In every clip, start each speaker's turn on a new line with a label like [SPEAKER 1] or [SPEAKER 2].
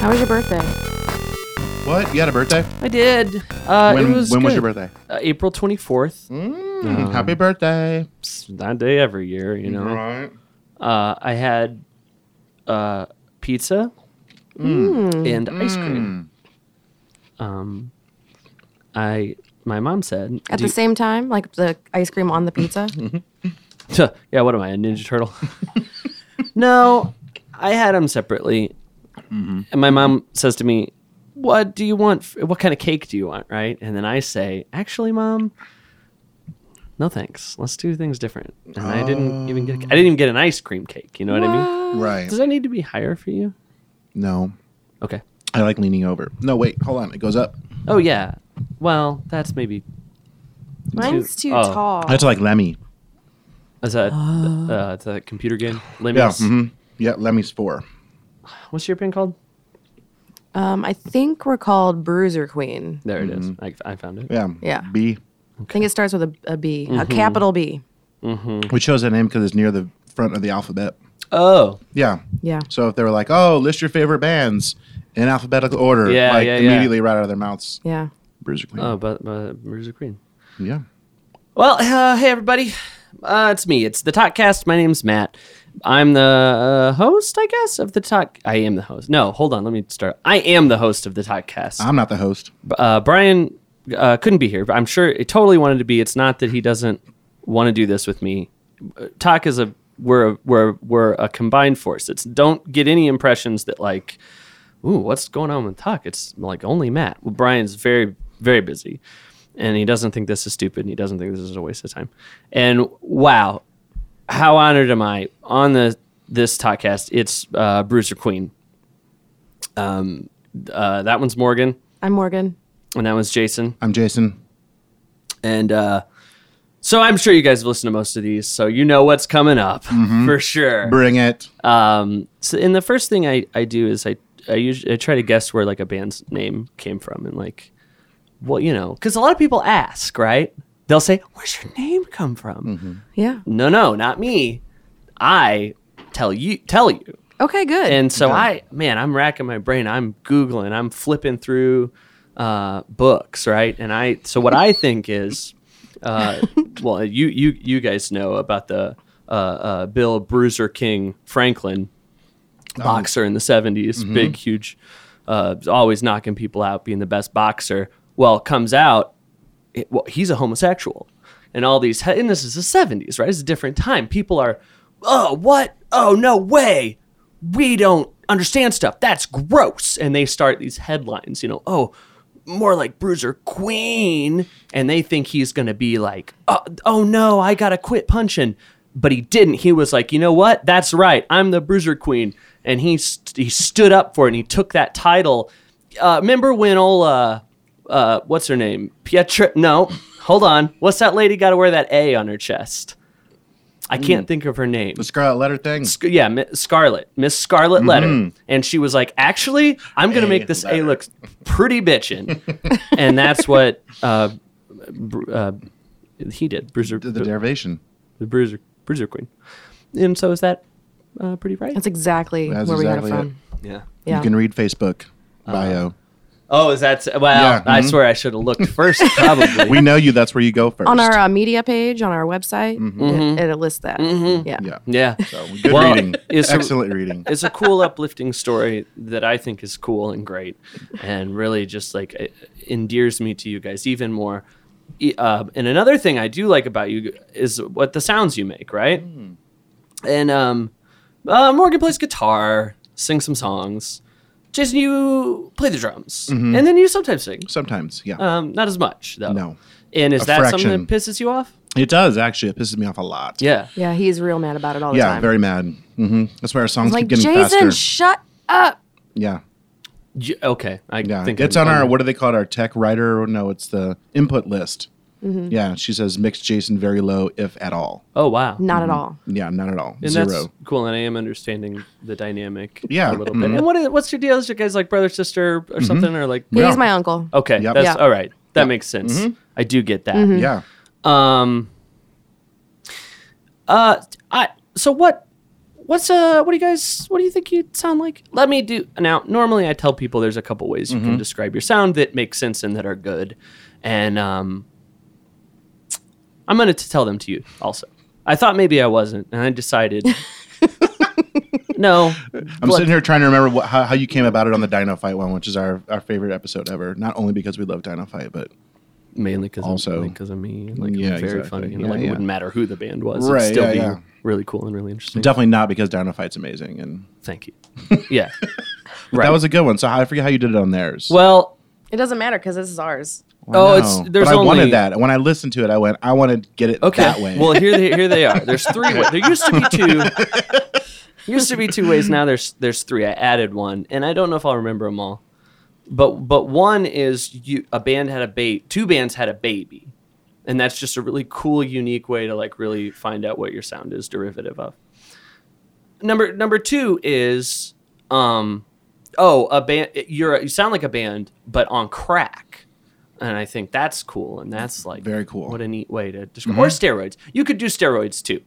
[SPEAKER 1] How was your birthday?
[SPEAKER 2] What? You had a birthday?
[SPEAKER 3] I did. Uh,
[SPEAKER 2] when
[SPEAKER 3] it was
[SPEAKER 2] when was your
[SPEAKER 3] good.
[SPEAKER 2] birthday?
[SPEAKER 3] Uh, April 24th.
[SPEAKER 2] Mm,
[SPEAKER 3] Um,
[SPEAKER 2] happy birthday.
[SPEAKER 3] It's That day every year, you know.
[SPEAKER 2] Right.
[SPEAKER 3] Uh, I had uh, pizza and ice cream.
[SPEAKER 2] Mm.
[SPEAKER 3] Um, I my mom said
[SPEAKER 1] At
[SPEAKER 3] do
[SPEAKER 1] the same time, like the ice cream on the pizza.
[SPEAKER 3] you- yeah, what am I, a Ninja Turtle? no, I had them separately,
[SPEAKER 2] Mm-hmm.
[SPEAKER 3] and my mom says to me, "What do you want? f- What kind of cake do you want?" Right, and then I say, "Actually, mom." No thanks. Let's do things different. And I didn't even get. I
[SPEAKER 2] Oh.
[SPEAKER 3] didn't even get an ice cream cake. You know what I mean?
[SPEAKER 2] Right.
[SPEAKER 3] Does that need to be higher for you?
[SPEAKER 2] No.
[SPEAKER 3] Okay.
[SPEAKER 2] I like leaning over. No, wait. Hold on. It goes up.
[SPEAKER 3] Oh yeah. Well, that's maybe.
[SPEAKER 1] Mine's too
[SPEAKER 3] oh.
[SPEAKER 1] tall.
[SPEAKER 2] That's like Lemmy.
[SPEAKER 3] Is that uh, mm-hmm. it's a computer game?
[SPEAKER 2] Yeah.
[SPEAKER 3] Lemmings.
[SPEAKER 2] hmm Yeah. Lemmy's four.
[SPEAKER 3] What's your pin called?
[SPEAKER 1] Um, I think we're called Bruiser Queen.
[SPEAKER 3] There it is. I, I found it.
[SPEAKER 2] Yeah.
[SPEAKER 1] Yeah.
[SPEAKER 2] B.
[SPEAKER 1] I think it starts with a, a B, a
[SPEAKER 3] Mm-hmm.
[SPEAKER 1] capital B.
[SPEAKER 2] We chose that name because it's near the front of the alphabet.
[SPEAKER 3] Oh,
[SPEAKER 2] Yeah.
[SPEAKER 1] Yeah.
[SPEAKER 2] So if they were like, "Oh, list your favorite bands in alphabetical order,"
[SPEAKER 3] Yeah,
[SPEAKER 2] like
[SPEAKER 3] yeah, yeah.
[SPEAKER 2] immediately right out of their mouths,
[SPEAKER 1] Yeah.
[SPEAKER 2] Bruiser Queen.
[SPEAKER 3] oh, but but Bruiser Queen.
[SPEAKER 2] yeah.
[SPEAKER 3] Well, uh, hey everybody, uh, it's me. It's the Talkcast. My name's Matt. I'm the uh, host, I guess, of the Talk. I am the host. No, hold on. Let me start. I am the host of the Talkcast.
[SPEAKER 2] I'm not the host.
[SPEAKER 3] uh, Brian uh, couldn't be here, but I'm sure it totally wanted to be. It's not that he doesn't want to do this with me. Uh, Talk is a we're a, we're we're a combined force. It's don't get any impressions that like, ooh, what's going on with Talk? It's like only Matt. Well, Brian's very very busy, and he doesn't think this is stupid. And he doesn't think this is a waste of time. And wow, how honored am I on the this Talkcast? It's uh, Bruiser Queen. Um, uh, that one's Morgan,
[SPEAKER 1] I'm Morgan.
[SPEAKER 3] and that one's Jason.
[SPEAKER 2] I'm Jason.
[SPEAKER 3] And uh, so I'm sure you guys have listened to most of these, so you know what's coming up for sure.
[SPEAKER 2] Bring it.
[SPEAKER 3] Um, so, and the first thing I, I do is I I usually I try to guess where like a band's name came from and like, well, you know, because a lot of people ask, right? They'll say, "Where's your name come from?"
[SPEAKER 1] Yeah.
[SPEAKER 3] No, no, not me. I tell you, tell you.
[SPEAKER 1] Okay, good.
[SPEAKER 3] And so I, man, I'm racking my brain. I'm googling. I'm flipping through uh, books, right? And I, so what I think is, uh, well, you you you guys know about the uh, uh, Bill Bruiser King Franklin boxer in the 70s, big, huge, uh, always knocking people out, being the best boxer. Well, comes out, it, well, he's a homosexual. And all these, and this is the 70s, right? It's a different time. People are, oh, what? Oh, no way. We don't understand stuff. That's gross. And they start these headlines, you know, oh, more like Bruiser Queen. And they think he's going to be like, oh, oh no, I got to quit punching. But he didn't. He was like, you know what? That's right. I'm the Bruiser Queen. And he, st- he stood up for it and he took that title. Uh, remember when old, uh, uh, what's her name? Pietra. No, hold on. What's that lady got to wear that A on her chest? I
[SPEAKER 2] Hmm.
[SPEAKER 3] can't think of her name.
[SPEAKER 2] The Scarlet Letter thing.
[SPEAKER 3] Sc- yeah, Mi- Scarlet, Miss Scarlet Letter, and she was like, "Actually, I'm gonna
[SPEAKER 2] Mm-hmm. A
[SPEAKER 3] make this
[SPEAKER 2] letter.
[SPEAKER 3] A look pretty bitchin'," and that's what uh, br- uh, he did, Bruiser,
[SPEAKER 2] The,
[SPEAKER 3] the,
[SPEAKER 2] the derivation.
[SPEAKER 3] Bruiser, Bruiser Queen, and so is that uh, pretty right?
[SPEAKER 1] That's exactly
[SPEAKER 2] That's
[SPEAKER 1] where we
[SPEAKER 2] exactly
[SPEAKER 1] got it from.
[SPEAKER 3] yeah. Uh.
[SPEAKER 1] Yeah.
[SPEAKER 2] You can read Facebook bio.
[SPEAKER 3] Oh, is that? Well,
[SPEAKER 2] Yeah,
[SPEAKER 3] I
[SPEAKER 2] mhm.
[SPEAKER 3] swear I should have looked first, probably.
[SPEAKER 2] we know you. That's where you go first.
[SPEAKER 1] on our uh, media page, on our website, it,
[SPEAKER 3] Mm-hmm.
[SPEAKER 1] it'll list that. Yeah.
[SPEAKER 2] yeah.
[SPEAKER 3] yeah.
[SPEAKER 2] So good
[SPEAKER 3] Well,
[SPEAKER 2] reading.
[SPEAKER 3] it's-
[SPEAKER 2] Excellent reading.
[SPEAKER 3] it's a cool uplifting story that i think is cool and great and really just like it endears me to you guys even more E- uh, and another thing i do like about you is what the sounds you make right
[SPEAKER 2] Mm.
[SPEAKER 3] and um uh, morgan plays guitar sings some songs jason you play the drums and then you sometimes sing
[SPEAKER 2] Sometimes, yeah.
[SPEAKER 3] um not as much though
[SPEAKER 2] Mm-hmm. No.
[SPEAKER 3] and is
[SPEAKER 2] A
[SPEAKER 3] that
[SPEAKER 2] fraction.
[SPEAKER 3] something that pisses you off
[SPEAKER 2] it does actually. It pisses me off a lot.
[SPEAKER 3] yeah
[SPEAKER 1] Yeah, he's real mad about it all the
[SPEAKER 2] Yeah.
[SPEAKER 1] time.
[SPEAKER 2] Very mad. hmm That's why our songs
[SPEAKER 1] like
[SPEAKER 2] keep getting
[SPEAKER 1] Jason,
[SPEAKER 2] faster.
[SPEAKER 1] shut up.
[SPEAKER 2] yeah.
[SPEAKER 3] Y- okay i
[SPEAKER 2] Yeah,
[SPEAKER 3] think
[SPEAKER 2] it's
[SPEAKER 3] I'm-
[SPEAKER 2] on our
[SPEAKER 3] I'm-
[SPEAKER 2] what do they call it? Our tech writer? No, it's the input list.
[SPEAKER 1] Mm-hmm.
[SPEAKER 2] Yeah, she says mixed Jason very low, if at all.
[SPEAKER 3] oh wow
[SPEAKER 1] Not at
[SPEAKER 2] Mm-hmm.
[SPEAKER 1] all.
[SPEAKER 2] Yeah, not at all.
[SPEAKER 3] And
[SPEAKER 2] Zero.
[SPEAKER 3] that's cool, and I am understanding the dynamic
[SPEAKER 2] Yeah. mm-hmm.
[SPEAKER 3] a little bit. And what is, what's your deal? Is your guys like brother, sister, or something, or like
[SPEAKER 1] He's
[SPEAKER 2] Yeah.
[SPEAKER 1] my uncle.
[SPEAKER 3] okay,
[SPEAKER 2] Yep. Mm-hmm.
[SPEAKER 3] that's
[SPEAKER 1] Yeah.
[SPEAKER 3] all right. That makes sense. I do get that.
[SPEAKER 1] Mm.
[SPEAKER 2] Yeah,
[SPEAKER 3] Um, uh, I so what what's uh what do you guys what do you think you sound like let me do now normally i tell people there's a couple ways you
[SPEAKER 2] Mm-hmm.
[SPEAKER 3] can describe your sound that make sense and that are good and um i'm going to tell them to you also i thought maybe i wasn't and i decided no
[SPEAKER 2] I'm sitting here trying to remember what, how, how you came about it on the Dino Fight one, which is our, our favorite episode ever. Not only because we love Dino Fight, but
[SPEAKER 3] mainly because
[SPEAKER 2] Also-
[SPEAKER 3] also because of me and, like
[SPEAKER 2] Yeah,
[SPEAKER 3] I'm very
[SPEAKER 2] exactly.
[SPEAKER 3] funny and
[SPEAKER 2] Yeah,
[SPEAKER 3] like
[SPEAKER 2] yeah.
[SPEAKER 3] it wouldn't matter who the band was
[SPEAKER 2] Right,
[SPEAKER 3] it'd still
[SPEAKER 2] yeah,
[SPEAKER 3] be
[SPEAKER 2] yeah.
[SPEAKER 3] really cool and really interesting
[SPEAKER 2] definitely not because Dino Fight's amazing. And
[SPEAKER 3] thank you yeah
[SPEAKER 2] but that was a good one. So I forget how you did it on theirs.
[SPEAKER 3] well
[SPEAKER 1] It doesn't matter because this is ours.
[SPEAKER 3] oh
[SPEAKER 2] No,
[SPEAKER 3] it's there's
[SPEAKER 2] but I
[SPEAKER 3] only
[SPEAKER 2] wanted that. When I listened to it, I went, I want to get it
[SPEAKER 3] Okay.
[SPEAKER 2] that way.
[SPEAKER 3] Well, here they, here they are. There's three. wa- there used to be two. used to be two ways. Now there's there's three. I added one, and I don't know if I'll remember them all. But but one is you a band had a bait. Two bands had a baby, and that's just a really cool, unique way to like really find out what your sound is derivative of. Number number two is um oh a band you're a, you sound like a band but on crack and i think that's cool and that's like
[SPEAKER 2] Very cool. Mm-hmm.
[SPEAKER 3] what a neat way to describe or steroids you could do steroids too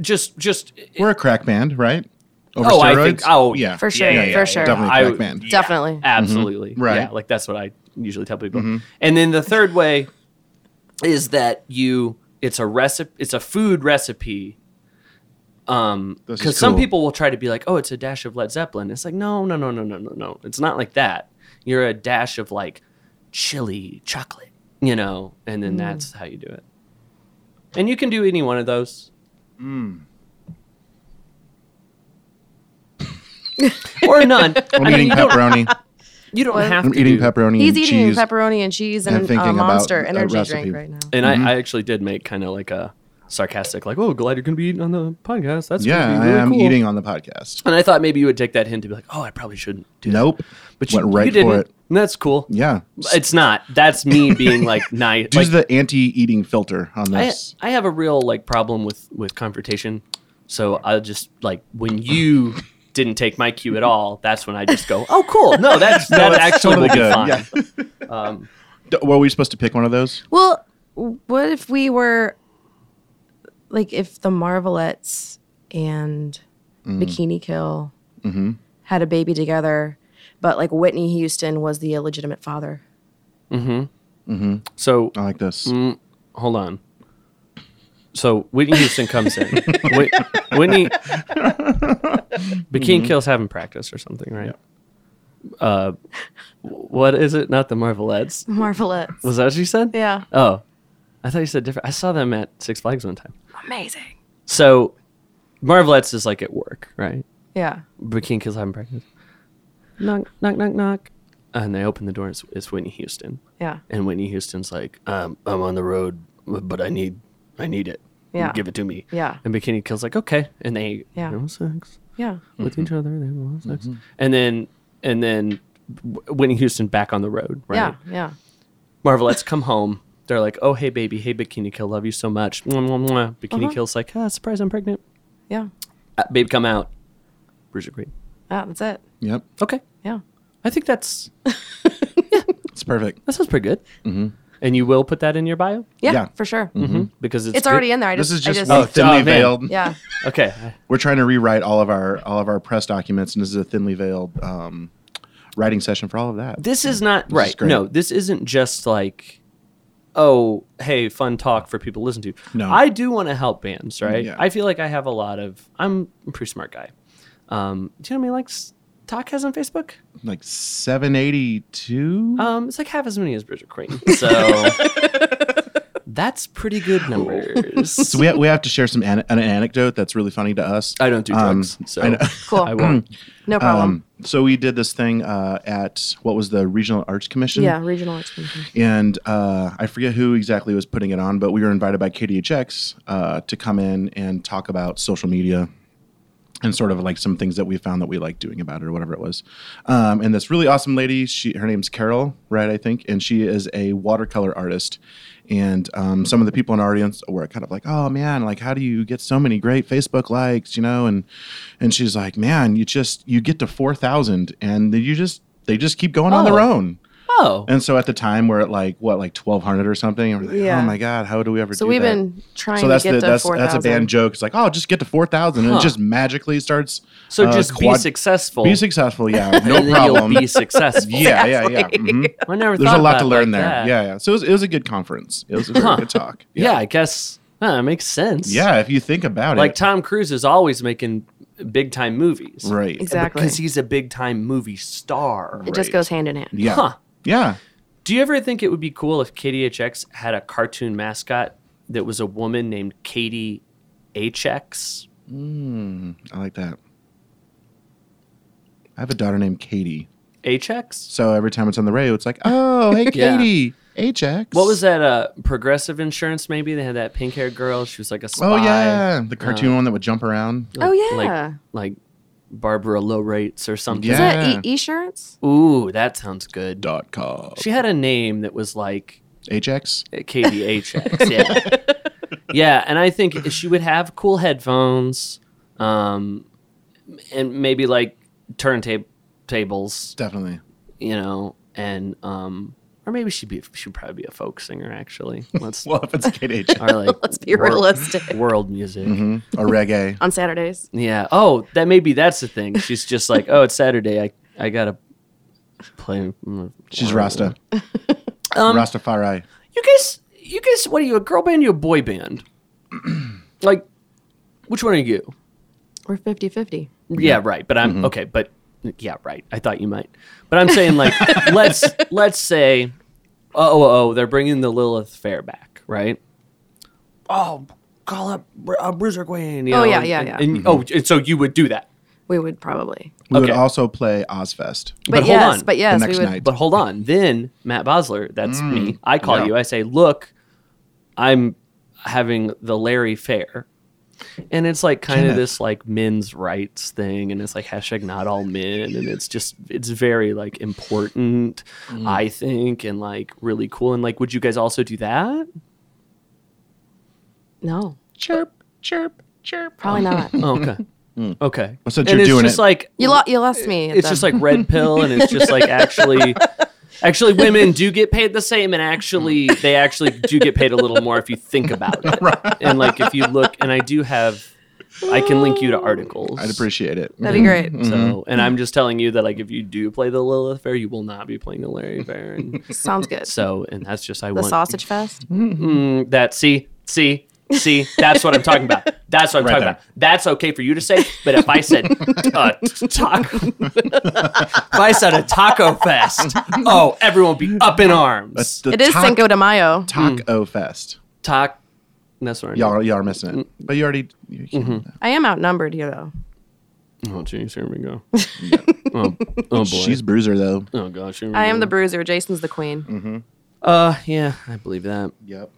[SPEAKER 3] just just
[SPEAKER 2] We're a crack band, right? Over
[SPEAKER 3] Oh, I think- oh, yeah,
[SPEAKER 1] For sure, for sure.
[SPEAKER 2] Definitely
[SPEAKER 3] I-
[SPEAKER 2] a crack band.
[SPEAKER 3] yeah,
[SPEAKER 1] Definitely.
[SPEAKER 3] Mm-hmm. absolutely
[SPEAKER 2] Right. Mm-hmm.
[SPEAKER 3] yeah like that's what i usually tell people and then the third way is that you it's a recipe it's a food recipe um
[SPEAKER 2] This
[SPEAKER 3] because
[SPEAKER 2] is
[SPEAKER 3] some
[SPEAKER 2] cool.
[SPEAKER 3] people will try to be like oh it's a dash of led zeppelin it's like no no no no no no no it's not like that you're a dash of like chili chocolate you know and then that's how you do it and you can do any one of those
[SPEAKER 2] Mm.
[SPEAKER 3] or none
[SPEAKER 2] I'm
[SPEAKER 3] I mean,
[SPEAKER 2] eating
[SPEAKER 3] you don't,
[SPEAKER 2] pepperoni.
[SPEAKER 3] you don't have
[SPEAKER 2] I'm
[SPEAKER 3] to
[SPEAKER 2] eating
[SPEAKER 3] do-
[SPEAKER 2] pepperoni.
[SPEAKER 1] He's
[SPEAKER 2] and
[SPEAKER 1] eating
[SPEAKER 2] cheese.
[SPEAKER 1] pepperoni and cheese
[SPEAKER 2] I'm
[SPEAKER 1] and a
[SPEAKER 2] thinking about
[SPEAKER 1] monster
[SPEAKER 2] a
[SPEAKER 1] energy
[SPEAKER 2] recipe.
[SPEAKER 1] drink right now.
[SPEAKER 3] And
[SPEAKER 2] Mm-hmm.
[SPEAKER 3] I, I actually did make kind of like a sarcastic, like, "Oh, glad you're going to be eating on the podcast." That's gonna
[SPEAKER 2] Yeah,
[SPEAKER 3] be really
[SPEAKER 2] I am
[SPEAKER 3] cool."
[SPEAKER 2] eating on the podcast.
[SPEAKER 3] And I thought maybe you would take that hint to be like, "Oh, I probably shouldn't do that."
[SPEAKER 2] Nope.
[SPEAKER 3] but
[SPEAKER 2] went right
[SPEAKER 3] didn't,
[SPEAKER 2] for it.
[SPEAKER 3] And that's cool.
[SPEAKER 2] Yeah.
[SPEAKER 3] it's not. That's me being like nice.
[SPEAKER 2] Do
[SPEAKER 3] like,
[SPEAKER 2] the anti-eating filter on
[SPEAKER 3] I,
[SPEAKER 2] this.
[SPEAKER 3] I have a real like problem with with confrontation, so I just like when you didn't take my cue at all. That's when I just go, "Oh, cool. No, that's that's
[SPEAKER 2] totally
[SPEAKER 3] actually will be
[SPEAKER 2] good.
[SPEAKER 3] fine."
[SPEAKER 2] Yeah. D- were we supposed to pick one of those?
[SPEAKER 1] Well, what if we were like if the Marvelettes and
[SPEAKER 2] Mm.
[SPEAKER 1] Bikini Kill
[SPEAKER 2] Mm-hmm.
[SPEAKER 1] had a baby together, but like Whitney Houston was the illegitimate father?
[SPEAKER 3] So
[SPEAKER 2] I like this.
[SPEAKER 3] Mm. hold on. So Whitney Houston comes in. Whit- Whitney Bikini Kills haven't practiced or something, right? Uh, w- what is it? Not the Marvelettes.
[SPEAKER 1] Marvelettes.
[SPEAKER 3] Was that what you said?
[SPEAKER 1] Yeah.
[SPEAKER 3] Oh, I thought you said different. I saw them at Six Flags one time.
[SPEAKER 1] Amazing.
[SPEAKER 3] So Marvelettes is like at work, right?
[SPEAKER 1] Yeah.
[SPEAKER 3] Bikini Kills haven't practiced. Knock, knock, knock, knock. And they open the door. It's, it's Whitney Houston.
[SPEAKER 1] Yeah.
[SPEAKER 3] And Whitney Houston's like, um, I'm on the road, but I need, I need it.
[SPEAKER 1] Yeah.
[SPEAKER 3] Give it to me.
[SPEAKER 1] Yeah.
[SPEAKER 3] And Bikini Kill's like, okay. And they,
[SPEAKER 1] Yeah.
[SPEAKER 3] they have sex
[SPEAKER 1] Yeah.
[SPEAKER 3] with each other. They have sex. And then, and then Wh- Whitney Houston back on the road, right?
[SPEAKER 1] Yeah. Yeah.
[SPEAKER 3] Marvelettes come home. They're like, oh, hey, baby. Hey, Bikini Kill. Love you so much. Mwah, mwah, mwah. Bikini
[SPEAKER 1] Uh-huh.
[SPEAKER 3] Kill's like, ah, surprise, I'm pregnant.
[SPEAKER 1] Yeah.
[SPEAKER 3] Uh, babe, come out. Bruiser Queen.
[SPEAKER 1] Ah, that's it.
[SPEAKER 2] Yep.
[SPEAKER 3] Okay.
[SPEAKER 1] Yeah.
[SPEAKER 3] I think that's,
[SPEAKER 2] It's perfect.
[SPEAKER 3] that sounds pretty good. Mm-hmm. And you will put that in your bio?
[SPEAKER 1] Yeah.
[SPEAKER 2] Yeah. Mm.
[SPEAKER 1] For sure.
[SPEAKER 3] Because it's
[SPEAKER 1] It's already in there. I
[SPEAKER 2] This
[SPEAKER 1] just,
[SPEAKER 2] is just,
[SPEAKER 1] I just
[SPEAKER 2] one
[SPEAKER 3] Oh,
[SPEAKER 2] thinly
[SPEAKER 3] man.
[SPEAKER 2] veiled.
[SPEAKER 1] yeah.
[SPEAKER 3] Okay.
[SPEAKER 2] We're trying to rewrite all of our all of our press documents, and this is a thinly veiled um, writing session for all of that.
[SPEAKER 3] this is not right.
[SPEAKER 2] great.
[SPEAKER 3] no, this isn't just like, oh, hey, fun talk for people to listen to.
[SPEAKER 2] No.
[SPEAKER 3] I do want to help bands, right?
[SPEAKER 2] Yeah.
[SPEAKER 3] I feel like I have a lot of. I'm a pretty smart guy. Um, do you know how many likes Talk has on Facebook?
[SPEAKER 2] like 782.
[SPEAKER 3] Um, it's like half as many as Bridget Queen. So that's pretty good numbers.
[SPEAKER 2] so we, ha- we have to share some an, an anecdote that's really funny to us.
[SPEAKER 3] I don't do
[SPEAKER 2] Um,
[SPEAKER 3] drugs, so
[SPEAKER 2] I know.
[SPEAKER 1] Cool.
[SPEAKER 3] I won't.
[SPEAKER 1] No problem.
[SPEAKER 2] Um, so we did this thing uh, at what was the Regional Arts Commission?
[SPEAKER 1] yeah. Regional expansion.
[SPEAKER 2] and uh, I forget who exactly was putting it on, but we were invited by KDHX uh, to come in and talk about social media and sort of like some things that we found that we like doing about it or whatever it was. Um, and this really awesome lady, she her name's Carol, right? I think, and she is a watercolor artist. And um, some of the people in our audience were kind of like, "Oh man, like how do you get so many great Facebook likes?" You know, and and she's like, "Man, you just you get to four thousand, and then you just they just keep going on their
[SPEAKER 3] Oh.
[SPEAKER 2] own."
[SPEAKER 3] Oh,
[SPEAKER 2] And so at the time we're at like what, like twelve hundred or something. And we're like,
[SPEAKER 1] Yeah.
[SPEAKER 2] oh my god, how do we ever?
[SPEAKER 1] So
[SPEAKER 2] do
[SPEAKER 1] we've
[SPEAKER 2] that?
[SPEAKER 1] been trying
[SPEAKER 2] So that's
[SPEAKER 1] to get
[SPEAKER 2] the
[SPEAKER 1] to
[SPEAKER 2] that's
[SPEAKER 1] four
[SPEAKER 2] that's a
[SPEAKER 1] thousand.
[SPEAKER 2] band joke. It's like, oh, just get to four thousand, and
[SPEAKER 3] Huh.
[SPEAKER 2] it just magically starts.
[SPEAKER 3] so
[SPEAKER 2] uh,
[SPEAKER 3] just be
[SPEAKER 2] quad-
[SPEAKER 3] successful.
[SPEAKER 2] Be successful, yeah,
[SPEAKER 3] and
[SPEAKER 2] no
[SPEAKER 3] then
[SPEAKER 2] problem.
[SPEAKER 3] You'll be successful.
[SPEAKER 2] yeah, yeah, yeah. mhm.
[SPEAKER 3] I never.
[SPEAKER 2] There's a
[SPEAKER 3] thought
[SPEAKER 2] lot
[SPEAKER 3] about
[SPEAKER 2] to
[SPEAKER 3] it
[SPEAKER 2] learn
[SPEAKER 3] like
[SPEAKER 2] there.
[SPEAKER 3] that.
[SPEAKER 2] Yeah, yeah. So it was, it was a good conference. It was a very
[SPEAKER 3] Huh.
[SPEAKER 2] good talk.
[SPEAKER 3] yeah. I guess huh, it makes sense.
[SPEAKER 2] yeah. If you think about
[SPEAKER 3] like
[SPEAKER 2] it,
[SPEAKER 3] Tom Cruise is always making big time movies,
[SPEAKER 2] right?
[SPEAKER 1] Exactly.
[SPEAKER 3] And Because he's a big time movie star.
[SPEAKER 1] It just
[SPEAKER 2] Right.
[SPEAKER 1] goes hand in hand.
[SPEAKER 2] Yeah,
[SPEAKER 3] Huh.
[SPEAKER 2] yeah.
[SPEAKER 3] Do you ever think it would be cool if KDHX had a cartoon mascot that was a woman named Katie HX? Hmm.
[SPEAKER 2] I like that. I have a daughter named Katie,
[SPEAKER 3] HX?
[SPEAKER 2] so every time it's on the radio, it's like, oh, hey,
[SPEAKER 3] Yeah.
[SPEAKER 2] Katie, HX.
[SPEAKER 3] What was that? Uh, progressive Insurance, maybe? They had that pink haired girl. She was like a spy.
[SPEAKER 2] Oh yeah, the cartoon one that would jump around.
[SPEAKER 1] Oh, yeah.
[SPEAKER 3] Like, like Barbara Low Rates or something.
[SPEAKER 1] Is
[SPEAKER 2] Yeah.
[SPEAKER 1] that e- shirts
[SPEAKER 3] Ooh, that sounds good.
[SPEAKER 2] Dot com.
[SPEAKER 3] She had a name that was like
[SPEAKER 2] HX.
[SPEAKER 3] KDHX. Yeah. yeah. And I think she would have cool headphones um, and maybe like turntable tables,
[SPEAKER 2] Definitely.
[SPEAKER 3] you know, and, um, or maybe she'd be, she'd probably be a folk singer actually. Let's,
[SPEAKER 2] Well, if it's KDHX
[SPEAKER 3] or like
[SPEAKER 1] Let's be
[SPEAKER 3] wor-
[SPEAKER 1] realistic.
[SPEAKER 3] World music.
[SPEAKER 2] Mm-hmm. or reggae.
[SPEAKER 1] on Saturdays?
[SPEAKER 3] Yeah. Oh, that maybe that's the thing. She's just like, oh, it's Saturday. I, I gotta play. mm,
[SPEAKER 2] She's
[SPEAKER 3] whatever."
[SPEAKER 2] Rasta. Rastafari.
[SPEAKER 3] You guys, you guys, what are you? A girl band? You a boy band? like, which one are you?
[SPEAKER 1] We're 50 50.
[SPEAKER 3] Yeah, right. But
[SPEAKER 1] Mm-hmm.
[SPEAKER 3] I'm okay. But yeah, right. I thought you might. But I'm saying like, let's let's say, oh, oh, oh, they're bringing the Lilith Fair back, right? Oh, call up Bru- uh, Bruiser Gwen. you
[SPEAKER 1] Oh,
[SPEAKER 3] know,
[SPEAKER 1] yeah,
[SPEAKER 3] and-
[SPEAKER 1] yeah,
[SPEAKER 3] and-
[SPEAKER 1] yeah.
[SPEAKER 3] and- oh, and so you would do that.
[SPEAKER 1] We would probably.
[SPEAKER 2] We would
[SPEAKER 3] Okay.
[SPEAKER 2] also play Ozfest.
[SPEAKER 1] But,
[SPEAKER 3] hold
[SPEAKER 1] yes,
[SPEAKER 3] on.
[SPEAKER 1] but yes,
[SPEAKER 2] The
[SPEAKER 1] we
[SPEAKER 2] next
[SPEAKER 1] would.
[SPEAKER 2] night.
[SPEAKER 3] But hold on. Then Matt Bosler, that's me. I call
[SPEAKER 2] Mm. Yeah.
[SPEAKER 3] you. I say, look, I'm having the Larry Fair. And it's like kind of
[SPEAKER 2] Kenneth.
[SPEAKER 3] this like men's rights thing, and it's like hashtag not all men, and it's just it's very like important,
[SPEAKER 2] Mm.
[SPEAKER 3] I think, and like really cool. And like, would you guys also do that?
[SPEAKER 1] No,
[SPEAKER 2] Chirp, chirp, chirp.
[SPEAKER 1] probably not.
[SPEAKER 3] Oh, okay, okay.
[SPEAKER 2] Well, Mm. since
[SPEAKER 3] and
[SPEAKER 2] you're
[SPEAKER 3] it's
[SPEAKER 2] doing
[SPEAKER 3] just
[SPEAKER 2] it-
[SPEAKER 3] like
[SPEAKER 1] You, lo- you lost me. at
[SPEAKER 3] it's
[SPEAKER 1] the-
[SPEAKER 3] just like red pill and it's just like actually actually women do get paid the same and actually they actually do get paid a little more if you think about it and like if you look and i do have i can link you to articles
[SPEAKER 2] I'd appreciate it. Mm-hmm.
[SPEAKER 1] that'd be great.
[SPEAKER 2] Mm.
[SPEAKER 3] so and i'm just telling you that like if you do play the lilith fair you will not be playing the larry fair and
[SPEAKER 1] Sounds good.
[SPEAKER 3] so and that's just i
[SPEAKER 1] the
[SPEAKER 3] want
[SPEAKER 1] sausage fest.
[SPEAKER 3] Mm, that see see see that's what i'm talking about that's what i'm
[SPEAKER 2] Right
[SPEAKER 3] talking
[SPEAKER 2] there.
[SPEAKER 3] about that's okay for you to say but if i said uh, t- taco if i said a taco fest oh everyone would be up in arms
[SPEAKER 2] That's
[SPEAKER 3] that's
[SPEAKER 2] the
[SPEAKER 1] It is
[SPEAKER 2] tac-
[SPEAKER 1] Cinco de Mayo.
[SPEAKER 2] Taco Fest.
[SPEAKER 3] taco that's what I
[SPEAKER 2] Y'all, y'all are missing it. But you already. You can't-
[SPEAKER 1] I am outnumbered here though.
[SPEAKER 3] oh jeez here we go oh, oh boy
[SPEAKER 2] She's Bruiser, though.
[SPEAKER 3] oh gosh here we
[SPEAKER 1] I am
[SPEAKER 3] go.
[SPEAKER 2] Mm.
[SPEAKER 1] the bruiser. Jason's the queen.
[SPEAKER 3] uh yeah i believe that
[SPEAKER 2] Yep.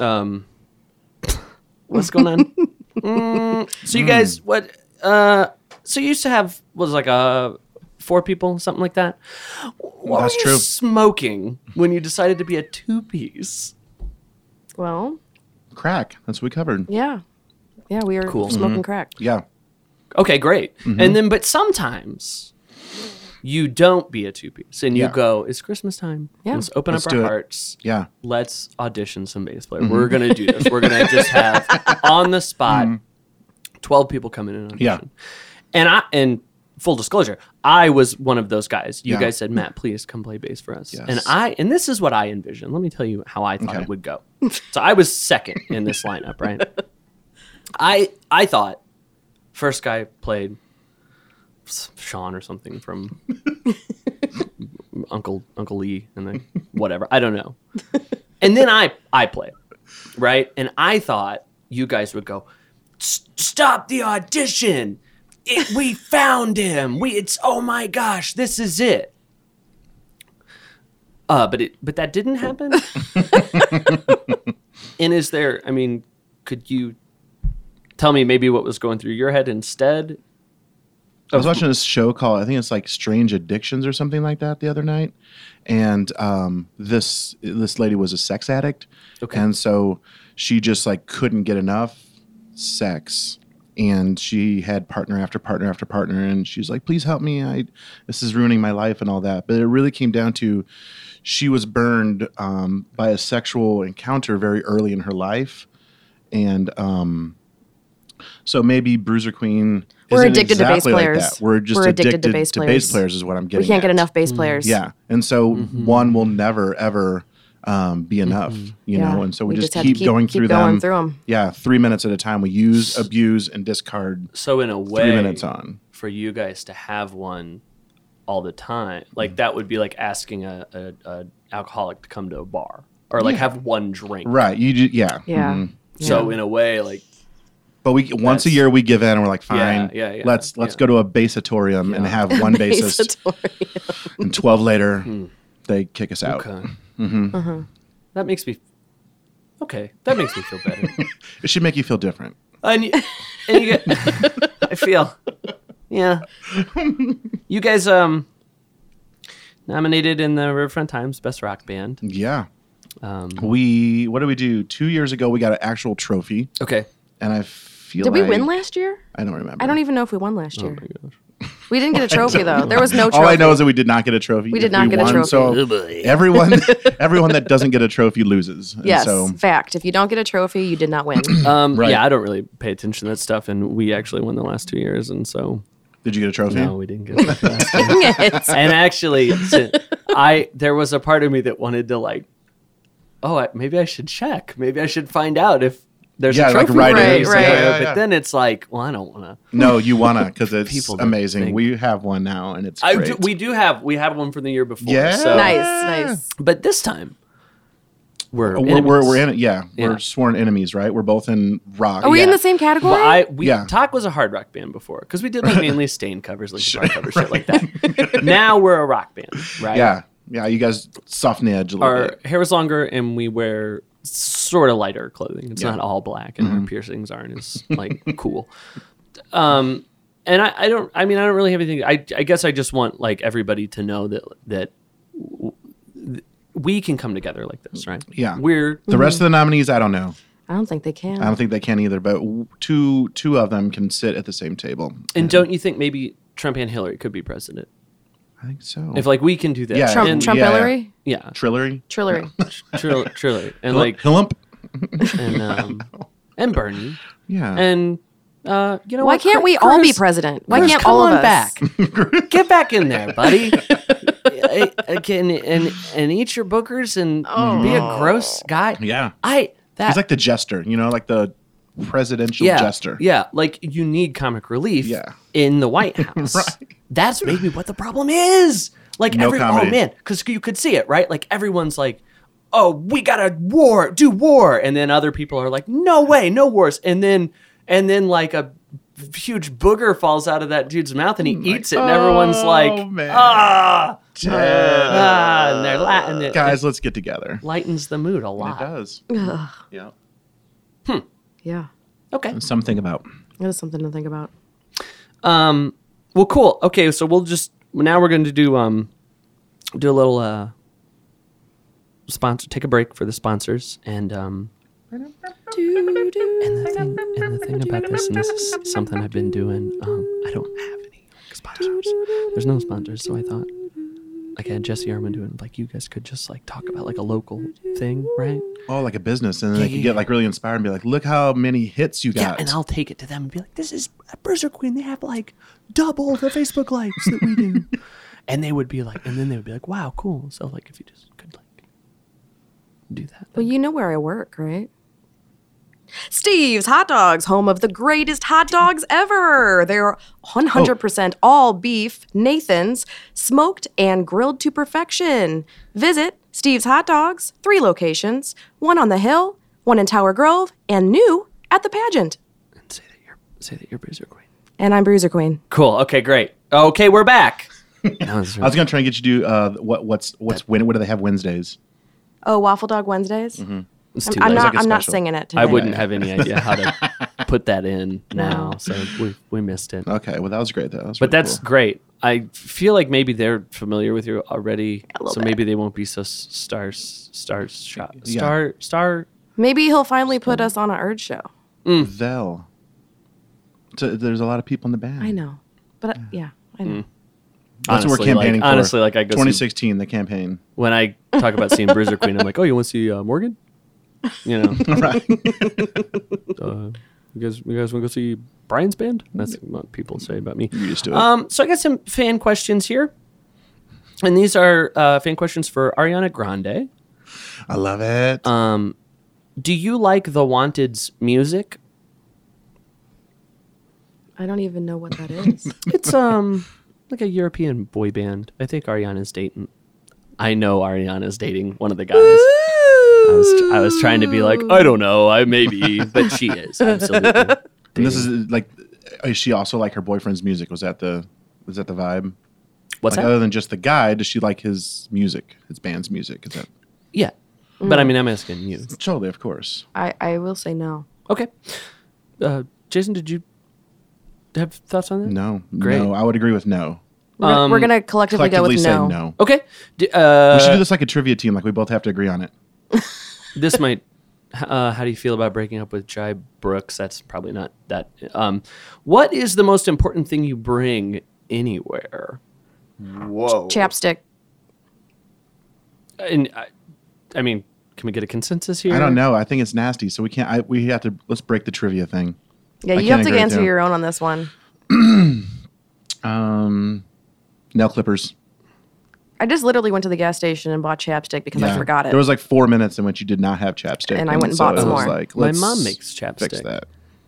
[SPEAKER 3] um what's going on Mm, so you
[SPEAKER 2] Hmm.
[SPEAKER 3] guys what uh so you used to have was like a four people something like that what
[SPEAKER 2] That's
[SPEAKER 3] were you
[SPEAKER 2] true.
[SPEAKER 3] smoking when you decided to be a two piece
[SPEAKER 1] Well,
[SPEAKER 2] Crack. That's what we covered.
[SPEAKER 1] yeah, yeah, we are
[SPEAKER 3] Cool.
[SPEAKER 1] smoking crack.
[SPEAKER 2] Yeah.
[SPEAKER 3] okay great
[SPEAKER 2] Mm-hmm.
[SPEAKER 3] and then but sometimes you don't be a two piece and
[SPEAKER 2] Yeah.
[SPEAKER 3] you go it's christmas time
[SPEAKER 1] Yeah.
[SPEAKER 3] let's open
[SPEAKER 2] Let's
[SPEAKER 3] up
[SPEAKER 2] do
[SPEAKER 3] our
[SPEAKER 2] it.
[SPEAKER 3] hearts
[SPEAKER 2] Yeah.
[SPEAKER 3] let's audition some bass player.
[SPEAKER 2] Mm-hmm.
[SPEAKER 3] We're gonna do this. We're gonna just have on the spot twelve people come in and audition.
[SPEAKER 2] Mm-hmm. Yeah.
[SPEAKER 3] And I and full disclosure, I was one of those guys. You
[SPEAKER 2] Yeah.
[SPEAKER 3] guys said, Matt, please come play bass for us. And
[SPEAKER 2] Yes.
[SPEAKER 3] I and this is what I envisioned. Let me tell you how I thought
[SPEAKER 2] Okay.
[SPEAKER 3] it would go. So I was second in this lineup, right? I I thought first guy played s- Sean or something from Uncle Uncle Lee and then whatever. I don't know. And then I I played, right? And I thought you guys would go, "S- stop the audition. It, we found him. We it's oh my gosh, this is it. Uh, but it but that didn't happen. and is there? I mean, could you tell me maybe what was going through your head instead?
[SPEAKER 2] I was watching this show called I think it's like Strange Addictions or something like that the other night, and um, this this lady was a sex addict,
[SPEAKER 3] Okay.
[SPEAKER 2] and so she just like couldn't get enough sex, and she had partner after partner after partner and she's like please help me i this is ruining my life and all that but it really came down to she was burned um, by a sexual encounter very early in her life and um, so maybe bruiser queen
[SPEAKER 1] We're
[SPEAKER 2] isn't
[SPEAKER 1] addicted to bass players.
[SPEAKER 2] that. we're just
[SPEAKER 1] We're
[SPEAKER 2] addicted, to bass players. is what i'm getting
[SPEAKER 1] we can't get
[SPEAKER 2] at.
[SPEAKER 1] enough bass players.
[SPEAKER 2] yeah and so one will never ever um, be enough you know
[SPEAKER 1] Yeah.
[SPEAKER 2] and so we, just,
[SPEAKER 1] had to
[SPEAKER 2] keep, going
[SPEAKER 1] keep
[SPEAKER 2] through
[SPEAKER 1] going
[SPEAKER 2] them
[SPEAKER 1] through 'em.
[SPEAKER 2] yeah three minutes at a time we use abuse and discard
[SPEAKER 3] So in a way,
[SPEAKER 2] three minutes on
[SPEAKER 3] for you guys to have one all the time,
[SPEAKER 2] Mm-hmm.
[SPEAKER 3] like that would be like asking a, a, a alcoholic to come to a bar or like have one drink.
[SPEAKER 2] right you ju- yeah
[SPEAKER 1] Yeah.
[SPEAKER 2] mhm.
[SPEAKER 3] So in a way, like
[SPEAKER 2] but we once a
[SPEAKER 3] That's-
[SPEAKER 2] year we give in and we're like fine
[SPEAKER 3] yeah, yeah,
[SPEAKER 2] let's let's
[SPEAKER 3] yeah.
[SPEAKER 2] go to a basatorium and
[SPEAKER 3] Yeah.
[SPEAKER 2] have one bassist and 12 later they kick us out
[SPEAKER 3] okay,
[SPEAKER 2] Mm-hmm.
[SPEAKER 3] that makes me okay. That makes me feel better.
[SPEAKER 2] it should make you feel different
[SPEAKER 3] and you, and you get, I feel, yeah. You guys, um, nominated in the Riverfront Times Best Rock Band.
[SPEAKER 2] yeah
[SPEAKER 3] Um,
[SPEAKER 2] we what did we do two years ago we got an actual trophy
[SPEAKER 3] okay,
[SPEAKER 2] and i feel
[SPEAKER 1] Did we
[SPEAKER 2] like-
[SPEAKER 1] win last year?
[SPEAKER 2] i don't remember
[SPEAKER 1] I don't even know if we won last year. We didn't get a trophy though. There was no trophy.
[SPEAKER 2] All I know is that we did not get a trophy.
[SPEAKER 1] We did
[SPEAKER 2] If
[SPEAKER 1] not get a trophy.
[SPEAKER 2] So everyone, everyone that doesn't get a trophy loses. And
[SPEAKER 1] yes,
[SPEAKER 2] So
[SPEAKER 1] fact. If you don't get a trophy, you did not win.
[SPEAKER 3] um,
[SPEAKER 2] Right.
[SPEAKER 3] yeah, I don't really pay attention to that stuff, and we actually won the last two years, and so
[SPEAKER 2] did you get a trophy?
[SPEAKER 3] no, we didn't get. It.
[SPEAKER 1] Dang it.
[SPEAKER 3] and actually, to- I there was a part of me that wanted to like, oh, I, maybe I should check. Maybe I should find out if there's
[SPEAKER 2] Yeah,
[SPEAKER 3] a
[SPEAKER 2] like
[SPEAKER 3] trophy
[SPEAKER 2] right
[SPEAKER 1] in.
[SPEAKER 3] race,
[SPEAKER 1] Right,
[SPEAKER 3] you
[SPEAKER 1] right.
[SPEAKER 3] know,
[SPEAKER 2] Yeah, yeah,
[SPEAKER 3] But
[SPEAKER 2] yeah.
[SPEAKER 3] then it's like, well, I don't want to.
[SPEAKER 2] No, you wanna because it's
[SPEAKER 3] People don't
[SPEAKER 2] amazing.
[SPEAKER 3] think-
[SPEAKER 2] We have one now, and it's
[SPEAKER 3] I
[SPEAKER 2] great.
[SPEAKER 3] do, we do have we had one from the year before.
[SPEAKER 2] Yeah.
[SPEAKER 3] so-
[SPEAKER 1] nice, nice.
[SPEAKER 3] But this time, we're
[SPEAKER 2] Oh, we're, we're,
[SPEAKER 3] enemies.
[SPEAKER 2] we're in it. Yeah,
[SPEAKER 3] Yeah.
[SPEAKER 2] we're sworn enemies, right? We're both in rock.
[SPEAKER 1] Are we in
[SPEAKER 3] Yeah.
[SPEAKER 1] the same category?
[SPEAKER 3] But I we
[SPEAKER 2] Yeah.
[SPEAKER 3] talk was a hard rock band before because we did like mainly stain covers, like guitar covers, shit like that. now we're a rock band, right?
[SPEAKER 2] yeah, yeah. You guys soften the edge a little
[SPEAKER 3] Our
[SPEAKER 2] bit.
[SPEAKER 3] hair is longer and we wear sort of lighter clothing. It's
[SPEAKER 2] Yeah. Mm-hmm.
[SPEAKER 3] not all black, and our piercings aren't as like cool. Um, and I, I don't. I mean, I don't really have anything. I I guess I just want like everybody to know that that. w- th- we can come together like this, right?
[SPEAKER 2] Yeah.
[SPEAKER 3] we're
[SPEAKER 1] Mm-hmm.
[SPEAKER 2] The rest of the nominees, I don't know.
[SPEAKER 1] I don't think they can.
[SPEAKER 2] I don't think they can either. But w- two two of them can sit at the same table.
[SPEAKER 3] And don't you think maybe Trump and Hillary could be president?
[SPEAKER 2] I think so.
[SPEAKER 3] If like we can do that,
[SPEAKER 2] Yeah.
[SPEAKER 1] Trump,
[SPEAKER 3] and,
[SPEAKER 1] Trump,
[SPEAKER 2] yeah.
[SPEAKER 1] Hillary,
[SPEAKER 3] yeah,
[SPEAKER 2] Trillery,
[SPEAKER 1] Trillery.
[SPEAKER 3] truly, truly, and like,
[SPEAKER 2] Hillump.
[SPEAKER 3] and, um, and Bernie,
[SPEAKER 2] Yeah.
[SPEAKER 3] and uh, you know,
[SPEAKER 1] Why
[SPEAKER 3] what,
[SPEAKER 1] can't
[SPEAKER 3] Cr-
[SPEAKER 1] we all be
[SPEAKER 3] Chris-
[SPEAKER 1] president? Why
[SPEAKER 3] Chris,
[SPEAKER 1] can't
[SPEAKER 3] come
[SPEAKER 1] all
[SPEAKER 3] on
[SPEAKER 1] of us?
[SPEAKER 3] back? Get back in there, buddy. I- I can- and and eat your bookers and
[SPEAKER 1] Oh.
[SPEAKER 3] be a gross guy.
[SPEAKER 2] yeah.
[SPEAKER 3] I that
[SPEAKER 2] He's like the jester, you know, like the presidential
[SPEAKER 3] Uh, yeah,
[SPEAKER 2] jester.
[SPEAKER 3] Yeah, like you need comic relief
[SPEAKER 2] Yeah.
[SPEAKER 3] in the White House.
[SPEAKER 2] Right.
[SPEAKER 3] That's maybe what the problem is. Like
[SPEAKER 2] No
[SPEAKER 3] every
[SPEAKER 2] comedy.
[SPEAKER 3] oh man, because you could see it, right? Like everyone's like, oh, we gotta war, do war, and then other people are like, no way, no wars, and then and then like a huge booger falls out of that dude's mouth and he eats it, and everyone's like,
[SPEAKER 2] Mm, oh, man.
[SPEAKER 3] ah,
[SPEAKER 2] Damn.
[SPEAKER 3] ah, and they're la- and it,
[SPEAKER 2] Uh, Guys, let's get together.
[SPEAKER 3] it lightens the mood a
[SPEAKER 2] It
[SPEAKER 3] lot.
[SPEAKER 2] does.
[SPEAKER 1] Ugh,
[SPEAKER 2] Yeah.
[SPEAKER 1] yeah,
[SPEAKER 3] Okay.
[SPEAKER 2] Something about.
[SPEAKER 1] that is something to think about.
[SPEAKER 3] Um. Well, cool. Okay, so we'll just now we're going to do um, do a little uh, sponsor. Take a break for the sponsors and um. And the thing, and the thing about this, and this is something I've been doing. Um, I don't have any like, sponsors. There's no sponsors, so I thought, like, I had Jesse Arman doing, like, you guys could just like talk about like a local thing, right?
[SPEAKER 2] Oh, like a business, and then they
[SPEAKER 3] Yeah,
[SPEAKER 2] could
[SPEAKER 3] yeah,
[SPEAKER 2] get like really inspired and be like, "Look how many hits you
[SPEAKER 3] Yeah,
[SPEAKER 2] got."
[SPEAKER 3] and I'll take it to them and be like, "This is Bruiser Queen. They have like double the Facebook likes that we do," and they would be like, and then they would be like, "Wow, cool." So like, if you just could like do that,
[SPEAKER 1] Well, you know where I work, right? Steve's Hot Dogs, home of the greatest hot dogs ever. They're 100% all beef Nathan's, smoked and grilled to perfection. Visit Steve's Hot Dogs, three locations one on the hill, one in Tower Grove, and new at the pageant.
[SPEAKER 3] and say that you're say that you're Bruiser Queen.
[SPEAKER 1] And I'm Bruiser Queen.
[SPEAKER 3] Cool. Okay, great. Okay, we're back. that was
[SPEAKER 2] I was gonna try and get you to do uh, what what's what's when what do they have Wednesdays?
[SPEAKER 1] Oh, Waffle Dog Wednesdays?
[SPEAKER 3] Mm-hmm. it's
[SPEAKER 1] I'm,
[SPEAKER 3] too
[SPEAKER 1] I'm
[SPEAKER 3] late.
[SPEAKER 1] not,
[SPEAKER 2] like a
[SPEAKER 1] I'm not
[SPEAKER 2] special.
[SPEAKER 1] singing it today.
[SPEAKER 3] I wouldn't have any idea how to put that in now, so we we missed it.
[SPEAKER 2] Okay, well that was great though. That was
[SPEAKER 3] But
[SPEAKER 2] really
[SPEAKER 3] that's
[SPEAKER 2] cool.
[SPEAKER 3] great. I feel like maybe they're familiar with you already,
[SPEAKER 1] little
[SPEAKER 3] so
[SPEAKER 1] bit.
[SPEAKER 3] maybe they won't be so s- star s- star shot
[SPEAKER 2] Yeah.
[SPEAKER 3] star star.
[SPEAKER 1] Maybe he'll finally put us on an urge show.
[SPEAKER 2] Vel. to, there's a lot of people in the band.
[SPEAKER 1] I know, but uh, yeah, I
[SPEAKER 3] Mm.
[SPEAKER 1] know.
[SPEAKER 2] That's what we're
[SPEAKER 3] Honestly, like-
[SPEAKER 2] campaigning for.
[SPEAKER 3] honestly, like, I go see-
[SPEAKER 2] 2016, the campaign.
[SPEAKER 3] When I talk about seeing Bruiser Queen, I'm like, oh, you want to see uh, Morgan? You know,
[SPEAKER 2] right.
[SPEAKER 3] uh, you guys, you guys want to go see Brian's band? That's what people say about me.
[SPEAKER 2] You're used to it.
[SPEAKER 3] Um, so I got some fan questions here, and these are uh, fan questions for Ariana Grande.
[SPEAKER 2] I love it.
[SPEAKER 3] Um, do you like The Wanted's music?
[SPEAKER 1] I don't even know what that is.
[SPEAKER 3] It's um like a European boy band. I think Ariana's dating. I know Ariana's dating one of the guys. I was, I was trying to be like, I don't know, I maybe, but she is absolutely.
[SPEAKER 2] and this is like, is she also like her boyfriend's music? Was that the, was that the vibe?
[SPEAKER 3] What's
[SPEAKER 2] like
[SPEAKER 3] that?
[SPEAKER 2] other than just the guy, does she like his music, his band's music? Is that
[SPEAKER 3] yeah, but I mean, I'm asking you.
[SPEAKER 2] totally, of course.
[SPEAKER 1] I, I will say no.
[SPEAKER 3] Okay, uh, Jason, did you have thoughts on that?
[SPEAKER 2] No,
[SPEAKER 3] Great.
[SPEAKER 2] no, I would agree with no.
[SPEAKER 1] We're, gonna- we're
[SPEAKER 3] Um,
[SPEAKER 1] gonna collectively,
[SPEAKER 2] Collectively say
[SPEAKER 1] go
[SPEAKER 2] no.
[SPEAKER 1] with no.
[SPEAKER 3] Okay, D-
[SPEAKER 2] we should
[SPEAKER 3] uh,
[SPEAKER 2] do this like a trivia team. Like we both have to agree on it.
[SPEAKER 3] this might uh, how do you feel about breaking up with Jai Brooks? That's probably not that. Um, what is the most important thing you bring anywhere? Whoa!
[SPEAKER 1] Chapstick.
[SPEAKER 3] And I, I mean, can we get a consensus here?
[SPEAKER 2] I don't know. I think it's nasty, so we can't. I, we have to. Let's break the trivia thing.
[SPEAKER 1] Yeah,
[SPEAKER 2] I
[SPEAKER 1] you
[SPEAKER 2] can't
[SPEAKER 1] have to
[SPEAKER 2] agree with
[SPEAKER 1] answer
[SPEAKER 2] you.
[SPEAKER 1] your own on this one.
[SPEAKER 2] Um, nail clippers.
[SPEAKER 1] I just literally went to the gas station and bought chapstick because I
[SPEAKER 2] Yeah.
[SPEAKER 1] forgot it.
[SPEAKER 2] There was like four minutes in which you did not have chapstick,
[SPEAKER 1] And I went and bought
[SPEAKER 2] it
[SPEAKER 1] some
[SPEAKER 2] was
[SPEAKER 1] more.
[SPEAKER 2] Like,
[SPEAKER 3] My
[SPEAKER 2] let's
[SPEAKER 3] mom makes chapstick.
[SPEAKER 2] Fix that.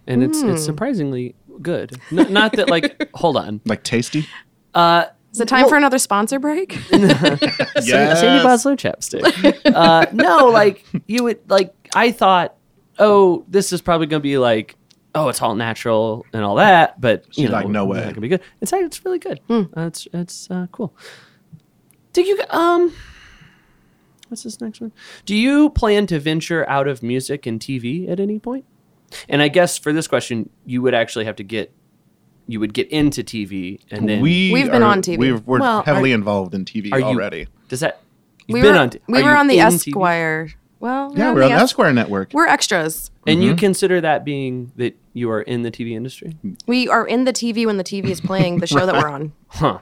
[SPEAKER 3] And it's it's surprisingly good. N- not that like, hold on.
[SPEAKER 2] Like tasty.
[SPEAKER 1] Is it time for another sponsor break?
[SPEAKER 3] Yes. Sandy Boslow chapstick. uh, no, like you would like. I thought, oh, this is probably gonna be like, oh, it's all natural and all that, but you
[SPEAKER 2] She's
[SPEAKER 3] know,
[SPEAKER 2] like, no way.
[SPEAKER 3] it's not gonna be good. It's like, it's really good.
[SPEAKER 1] Hmm.
[SPEAKER 3] Uh, it's it's uh, cool. Do you um? What's this next one? Do you plan to venture out of music and TV at any point? And I guess for this question, you would actually have to get, you would get into TV, and then
[SPEAKER 2] we
[SPEAKER 1] We've been
[SPEAKER 2] are-
[SPEAKER 1] on TV.
[SPEAKER 2] We've, we're
[SPEAKER 3] Well,
[SPEAKER 2] heavily
[SPEAKER 3] are-
[SPEAKER 2] involved in TV
[SPEAKER 3] are you
[SPEAKER 2] already.
[SPEAKER 3] Does that? You've
[SPEAKER 1] we
[SPEAKER 3] been
[SPEAKER 1] were
[SPEAKER 3] on. t-
[SPEAKER 1] we
[SPEAKER 3] are
[SPEAKER 1] were
[SPEAKER 3] you
[SPEAKER 1] on the
[SPEAKER 3] in TV?
[SPEAKER 1] Esquire. Well,
[SPEAKER 2] yeah, we're on the
[SPEAKER 1] Es-
[SPEAKER 2] Esquire Network.
[SPEAKER 1] We're extras.
[SPEAKER 3] And
[SPEAKER 2] Mm-hmm.
[SPEAKER 3] you consider that being that you are in the TV industry?
[SPEAKER 1] We are in the TV when the TV is playing the show that we're on.
[SPEAKER 3] Huh.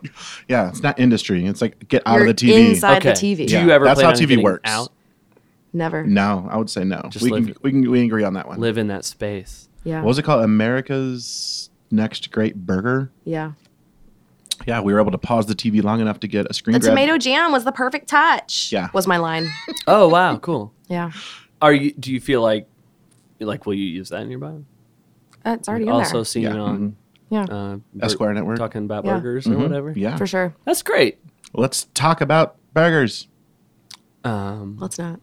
[SPEAKER 2] yeah, it's not industry. It's like get out
[SPEAKER 1] You're
[SPEAKER 2] of the TV.
[SPEAKER 1] inside the TV.
[SPEAKER 3] Do
[SPEAKER 2] Yeah,
[SPEAKER 3] you ever
[SPEAKER 2] that's
[SPEAKER 3] plan
[SPEAKER 2] how
[SPEAKER 3] on
[SPEAKER 2] TV
[SPEAKER 3] getting
[SPEAKER 2] works.
[SPEAKER 3] out?
[SPEAKER 1] Never.
[SPEAKER 2] No, I would say no.
[SPEAKER 3] Just
[SPEAKER 2] we can,
[SPEAKER 3] live-
[SPEAKER 2] we can we agree on that one.
[SPEAKER 3] Live in that space.
[SPEAKER 1] Yeah.
[SPEAKER 2] What was it called? America's Next Great Burger.
[SPEAKER 1] yeah.
[SPEAKER 2] Yeah, we were able to pause the TV long enough to get a screen
[SPEAKER 1] The
[SPEAKER 2] grab.
[SPEAKER 1] tomato jam was the perfect touch.
[SPEAKER 2] Yeah.
[SPEAKER 1] Was my line.
[SPEAKER 3] Oh wow, cool.
[SPEAKER 1] Yeah.
[SPEAKER 3] Are you do you feel like like will you use that in your bio?
[SPEAKER 1] Uh, it's already in
[SPEAKER 3] also
[SPEAKER 1] there.
[SPEAKER 3] seen
[SPEAKER 2] Yeah. Mm-hmm.
[SPEAKER 3] it on
[SPEAKER 1] Yeah.
[SPEAKER 3] uh, Bur-
[SPEAKER 2] Esquire Network.
[SPEAKER 3] talking about
[SPEAKER 1] Yeah.
[SPEAKER 3] burgers or whatever.
[SPEAKER 2] Mm-hmm. Yeah.
[SPEAKER 1] for sure.
[SPEAKER 3] That's great.
[SPEAKER 2] Let's talk about burgers.
[SPEAKER 3] Um
[SPEAKER 1] Let's not.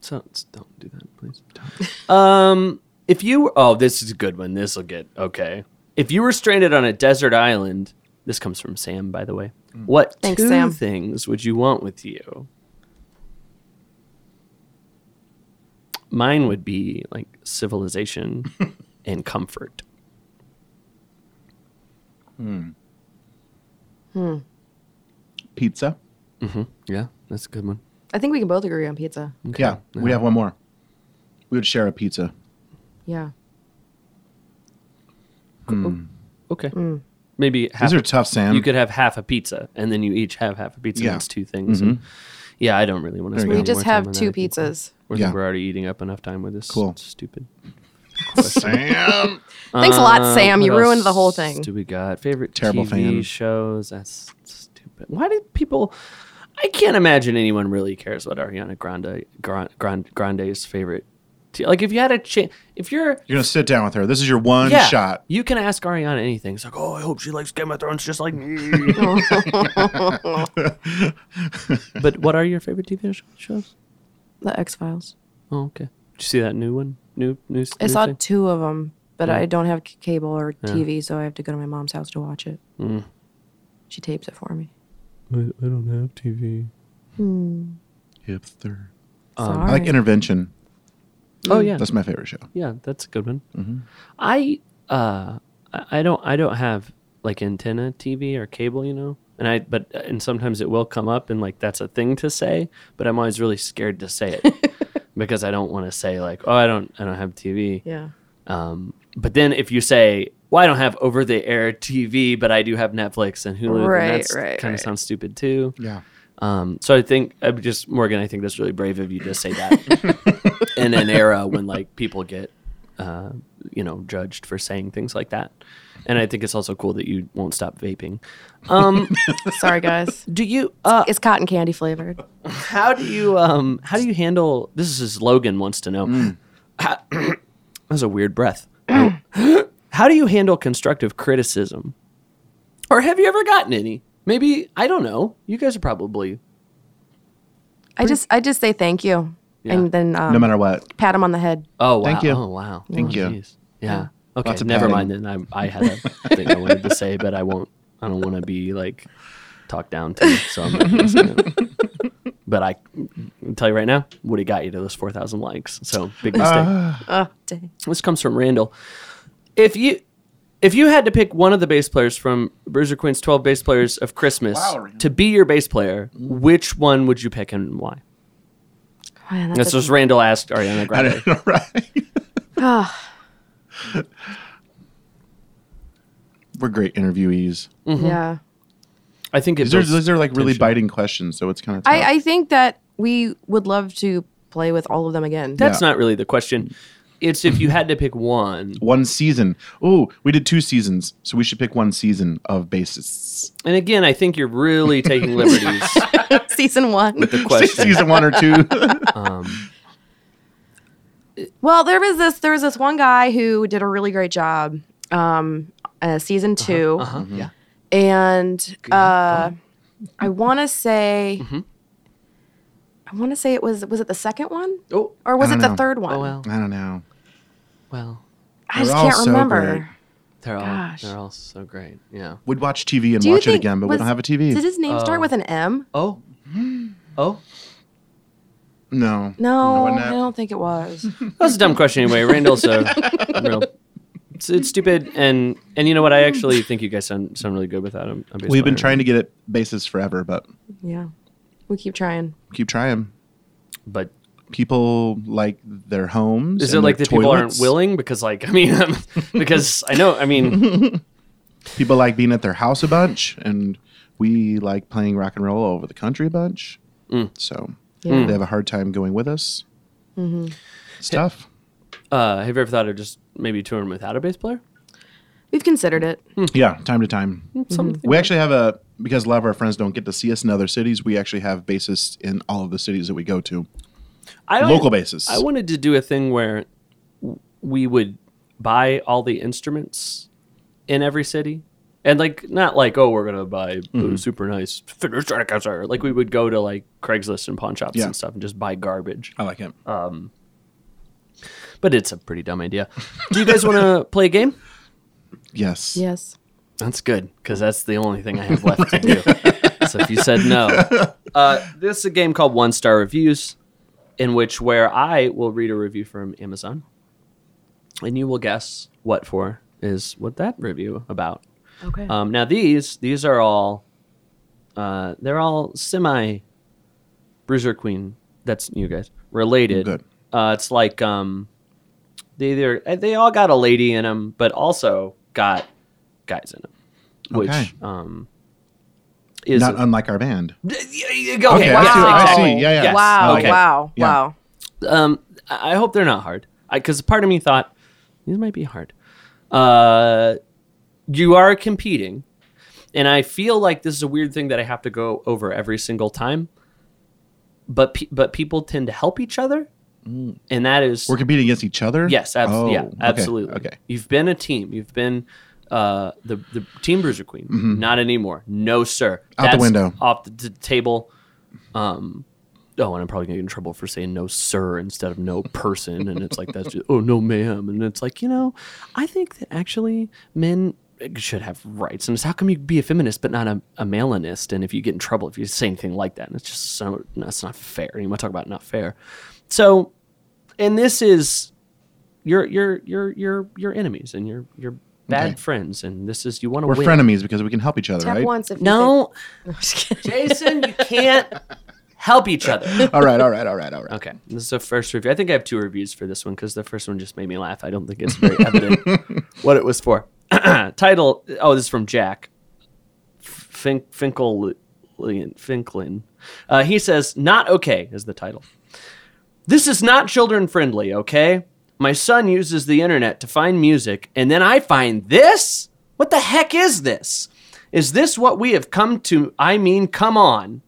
[SPEAKER 3] so so don't do that, please. um if you were oh, this is a good one. This'll get okay. If you were stranded on a desert island, this comes from Sam, by the way.
[SPEAKER 2] Mm.
[SPEAKER 3] What
[SPEAKER 1] Thanks,
[SPEAKER 3] two
[SPEAKER 1] Sam.
[SPEAKER 3] things would you want with you? Mine would be like civilization and comfort.
[SPEAKER 2] Pizza.
[SPEAKER 3] Mm-hmm. Yeah, that's a good one.
[SPEAKER 1] I think we can both agree on pizza.
[SPEAKER 2] Yeah, we have one more. We would share a pizza.
[SPEAKER 1] Yeah.
[SPEAKER 3] Okay.
[SPEAKER 1] Mm.
[SPEAKER 3] Maybe half,
[SPEAKER 2] These are tough, Sam.
[SPEAKER 3] you could have half a pizza and then you each have half a pizza
[SPEAKER 2] Yeah. Mm-hmm.
[SPEAKER 3] and it's two things. And- yeah, I don't really want to
[SPEAKER 2] There you
[SPEAKER 3] spend
[SPEAKER 2] go.
[SPEAKER 1] We
[SPEAKER 3] more
[SPEAKER 1] just
[SPEAKER 3] time
[SPEAKER 1] have
[SPEAKER 3] on
[SPEAKER 1] two
[SPEAKER 3] that, I think.
[SPEAKER 1] pizzas.
[SPEAKER 3] We're,
[SPEAKER 2] Yeah.
[SPEAKER 3] we're already eating up enough time with this
[SPEAKER 2] Cool.
[SPEAKER 3] stupid Uh,
[SPEAKER 2] Sam.
[SPEAKER 1] Thanks a lot, Sam.
[SPEAKER 3] what
[SPEAKER 1] You ruined the whole
[SPEAKER 3] else
[SPEAKER 1] thing.
[SPEAKER 3] Do we got favorite
[SPEAKER 2] Terrible
[SPEAKER 3] TV
[SPEAKER 2] fan.
[SPEAKER 3] shows? That's stupid. Why did people? I can't imagine anyone really cares what Ariana Grande Gran- Gran- Grande's favorite. T- like if you had a chance, if you're
[SPEAKER 2] You're gonna sit down with her. This is your one
[SPEAKER 3] yeah,
[SPEAKER 2] shot.
[SPEAKER 3] you can ask Ariana anything. It's like, oh, I hope she likes Game of Thrones just like me. but what are your favorite TV sh- shows?
[SPEAKER 1] The X Files.
[SPEAKER 3] Oh, okay. Did you see that new one? New new.
[SPEAKER 1] I
[SPEAKER 3] new
[SPEAKER 1] saw
[SPEAKER 3] thing?
[SPEAKER 1] two of them, but I don't have c- cable or TV, so I have to go to my mom's house to watch it. She tapes it for me.
[SPEAKER 4] I, I don't have TV.
[SPEAKER 2] Hipster.
[SPEAKER 1] Sorry.
[SPEAKER 2] I like Intervention.
[SPEAKER 3] Oh yeah.
[SPEAKER 2] That's my favorite show.
[SPEAKER 3] Yeah, that's a good one.
[SPEAKER 1] Mm-hmm.
[SPEAKER 3] I uh, I- I don't I don't have like antenna TV or cable, you know. And I but uh, and sometimes it will come up and like that's a thing to say, but I'm always really scared to say it because I don't want to say like, oh, I don't I don't have TV.
[SPEAKER 1] yeah.
[SPEAKER 3] Um, but then if you say well, I don't have over the air TV, but I do have Netflix and Hulu. and
[SPEAKER 1] Right,
[SPEAKER 3] that's
[SPEAKER 1] right,
[SPEAKER 3] Kind
[SPEAKER 1] right.
[SPEAKER 3] of sounds stupid too.
[SPEAKER 2] Yeah.
[SPEAKER 3] Um, so I think I would just Morgan, I think that's really brave of you to say that in an era when like people get, uh, you know, judged for saying things like that. And I think it's also cool that you won't stop vaping. Um,
[SPEAKER 1] Sorry, guys.
[SPEAKER 3] do you? Uh,
[SPEAKER 1] It's cotton candy flavored.
[SPEAKER 3] how do you? Um, how do you handle? This is Logan wants to know. How- that was a weird breath. how do you handle constructive criticism? Or have you ever gotten any? Maybe I don't know. You guys are probably
[SPEAKER 1] I just I just say thank you,
[SPEAKER 3] Yeah.
[SPEAKER 1] and then um,
[SPEAKER 2] No matter what.
[SPEAKER 1] pat him on the head.
[SPEAKER 3] Oh wow!
[SPEAKER 2] Thank you.
[SPEAKER 3] Oh wow!
[SPEAKER 2] Thank
[SPEAKER 3] Oh,
[SPEAKER 2] you.
[SPEAKER 3] geez. Yeah. Okay.
[SPEAKER 2] Lots of
[SPEAKER 3] Never
[SPEAKER 2] padding.
[SPEAKER 3] mind. Then I, I had a thing I wanted to say, but I won't. I don't want to be like talked down to. So I'm not gonna say that. But I can tell you right now, Woody got you to those four thousand likes. So big mistake.
[SPEAKER 2] Uh.
[SPEAKER 1] Oh, dang.
[SPEAKER 3] this comes from Randall. If you if you had to pick one of the bass players from Bruiser Queen's twelve bass players of Christmas
[SPEAKER 2] Wow, Randall.
[SPEAKER 3] to be your bass player, which one would you pick and why?
[SPEAKER 1] Man,
[SPEAKER 3] That's
[SPEAKER 1] Oh, that's a-
[SPEAKER 3] what Randall asked Ariana Grande.
[SPEAKER 2] right.
[SPEAKER 1] Ah,
[SPEAKER 2] We're great interviewees.
[SPEAKER 1] yeah.
[SPEAKER 3] I think it
[SPEAKER 2] These are,
[SPEAKER 3] builds
[SPEAKER 2] these are like really
[SPEAKER 3] tension.
[SPEAKER 2] biting questions, so it's kind of tough.
[SPEAKER 1] I, I think that we would love to play with all of them again.
[SPEAKER 3] That's
[SPEAKER 2] Yeah.
[SPEAKER 3] not really the question. It's if you had to pick one,
[SPEAKER 2] one season. Oh, we did two seasons, so we should pick one season of bassists.
[SPEAKER 3] and again, I think you're really taking liberties.
[SPEAKER 1] Season one.
[SPEAKER 3] the question,
[SPEAKER 2] Season one or two.
[SPEAKER 3] um,
[SPEAKER 1] Well, there was this there was this one guy who did a really great job. Um, uh, season 2
[SPEAKER 3] uh-huh,
[SPEAKER 2] Mm-hmm.
[SPEAKER 3] yeah, Uh-huh.
[SPEAKER 1] and uh, I want to say,
[SPEAKER 3] Mm-hmm.
[SPEAKER 1] I want to say it was was it the second one?
[SPEAKER 3] Oh.
[SPEAKER 1] or was it
[SPEAKER 2] I don't
[SPEAKER 1] the
[SPEAKER 2] know.
[SPEAKER 1] third one?
[SPEAKER 3] oh well,
[SPEAKER 2] I don't know.
[SPEAKER 3] well,
[SPEAKER 1] I just
[SPEAKER 2] They're all
[SPEAKER 1] can't
[SPEAKER 2] so
[SPEAKER 1] remember.
[SPEAKER 2] great.
[SPEAKER 3] they're all
[SPEAKER 1] Gosh.
[SPEAKER 3] they're all so great, yeah.
[SPEAKER 2] We'd watch TV and
[SPEAKER 1] Do you
[SPEAKER 2] watch it
[SPEAKER 1] think-
[SPEAKER 2] again, but we
[SPEAKER 1] was-
[SPEAKER 2] don't have a TV.
[SPEAKER 1] Did his name start
[SPEAKER 3] Oh.
[SPEAKER 1] with an M?
[SPEAKER 3] Oh, oh,
[SPEAKER 2] no.
[SPEAKER 1] No,
[SPEAKER 2] wouldn't
[SPEAKER 1] I
[SPEAKER 2] it?
[SPEAKER 1] don't think it was.
[SPEAKER 3] that was a dumb question anyway. Randall's a real. It's, it's stupid, and and you know what? I actually think you guys sound sound really good with that. I'm, I'm
[SPEAKER 2] We've been trying to get it bassists forever, but
[SPEAKER 1] yeah, we keep trying.
[SPEAKER 2] keep trying.
[SPEAKER 3] but
[SPEAKER 2] People like their homes.
[SPEAKER 3] is
[SPEAKER 2] and
[SPEAKER 3] it like
[SPEAKER 2] their
[SPEAKER 3] that people aren't
[SPEAKER 2] toilets.
[SPEAKER 3] willing? Because like I mean, because I know I mean,
[SPEAKER 2] People like being at their house a bunch, and we like playing rock and roll all over the country a bunch.
[SPEAKER 1] Yeah.
[SPEAKER 2] So
[SPEAKER 1] Mm-hmm. Mm.
[SPEAKER 2] they have a hard time going with us. Stuff.
[SPEAKER 3] uh, have you ever thought of just maybe touring without a bass player?
[SPEAKER 1] We've considered it.
[SPEAKER 3] Hmm.
[SPEAKER 2] Yeah, time to time.
[SPEAKER 3] Something
[SPEAKER 2] We actually have a because a lot of our friends don't get to see us in other cities. We actually have bassists in all of the cities that we go to,
[SPEAKER 3] I always-
[SPEAKER 2] local bassists.
[SPEAKER 3] I wanted to do a thing where w- we would buy all the instruments in every city. And like not like oh we're gonna buy a super nice finger Stratocaster like we would go to like Craigslist and pawn shops
[SPEAKER 2] Yeah.
[SPEAKER 3] and stuff and just buy garbage
[SPEAKER 2] I like it.
[SPEAKER 3] Uh, but it's a pretty dumb idea. Do you guys want to play a game?
[SPEAKER 2] yes.
[SPEAKER 1] Yes.
[SPEAKER 3] That's good because that's the only thing I have left to do. so if you said no, uh, this is a game called One Star Reviews, in which where I will read a review from Amazon, and you will guess what for is what that review about.
[SPEAKER 1] Okay.
[SPEAKER 3] Um, now these these are all uh, they're all semi Bruiser Queen. That's you guys related.
[SPEAKER 2] Good.
[SPEAKER 3] Uh, it's like um, they either they all got a lady in them, but also got guys in them, which
[SPEAKER 2] Okay.
[SPEAKER 3] um, is
[SPEAKER 2] Not unlike our band.
[SPEAKER 3] okay.
[SPEAKER 2] Okay, I see, I
[SPEAKER 3] exactly.
[SPEAKER 2] see. Yeah, yeah.
[SPEAKER 3] Yes.
[SPEAKER 1] Wow!
[SPEAKER 3] Okay.
[SPEAKER 1] Wow!
[SPEAKER 2] Yeah.
[SPEAKER 1] Wow!
[SPEAKER 3] Um, I I hope they're not hard because part of me thought these might be hard. Uh, you are competing, and I feel like this is a weird thing that I have to go over every single time. But pe- but people tend to help each other, and that is
[SPEAKER 2] We're competing against each other.
[SPEAKER 3] yes, abs-
[SPEAKER 2] Oh,
[SPEAKER 3] yeah,
[SPEAKER 2] okay,
[SPEAKER 3] absolutely.
[SPEAKER 2] Okay.
[SPEAKER 3] you've been a team. You've been uh, the the team Bruiser Queen. Not anymore. No, sir.
[SPEAKER 2] Mm-hmm. Out the window.
[SPEAKER 3] Off the t- table. Um, oh, and I'm probably gonna get in trouble for saying no, sir, instead of no person. and it's like that's just oh no, ma'am. And it's like you know, I think that actually men should have rights. And it's how come you be a feminist but not a, a malinist? And if you get in trouble if you say anything like that, and it's just so that's not fair. And you want to talk about not fair. So, and this is your your your your your enemies and your your bad
[SPEAKER 2] Okay.
[SPEAKER 3] friends and this is you want to
[SPEAKER 2] We're
[SPEAKER 3] win.
[SPEAKER 2] frenemies because we can help each other,
[SPEAKER 1] Tap
[SPEAKER 2] right?
[SPEAKER 1] once if you
[SPEAKER 3] No,
[SPEAKER 1] think- I'm just kidding.
[SPEAKER 3] Jason, you can't help each other.
[SPEAKER 2] all right. All right. All right. All right.
[SPEAKER 3] Okay, this is the first review. I think I have two reviews for this one because the first one just made me laugh. I don't think it's very evident what it was for. title. Oh, this is from Jack fin- Finkel Finklin. Uh, he says, "Not okay" is the title. This is not children friendly. Okay, my son uses the internet to find music, and then I find this. What the heck is this? Is this what we have come to? I mean, come on.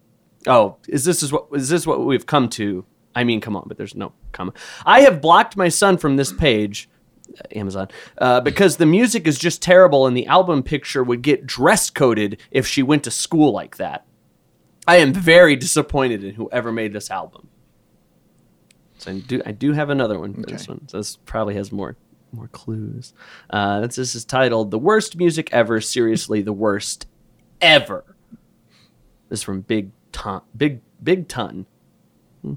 [SPEAKER 3] Oh, is this is what is this what we've come to? I mean, come on, but there's no comma. I have blocked my son from this page, uh, Amazon, uh, because the music is just terrible, and the album picture would get dress coded if she went to school like that. I am very disappointed in whoever made this album. So I do I do have another one. for This one so this probably has more more clues. Uh, this is titled "The Worst Music Ever." Seriously, the worst ever. This is from Big Ton. Big Big Ton. Hmm.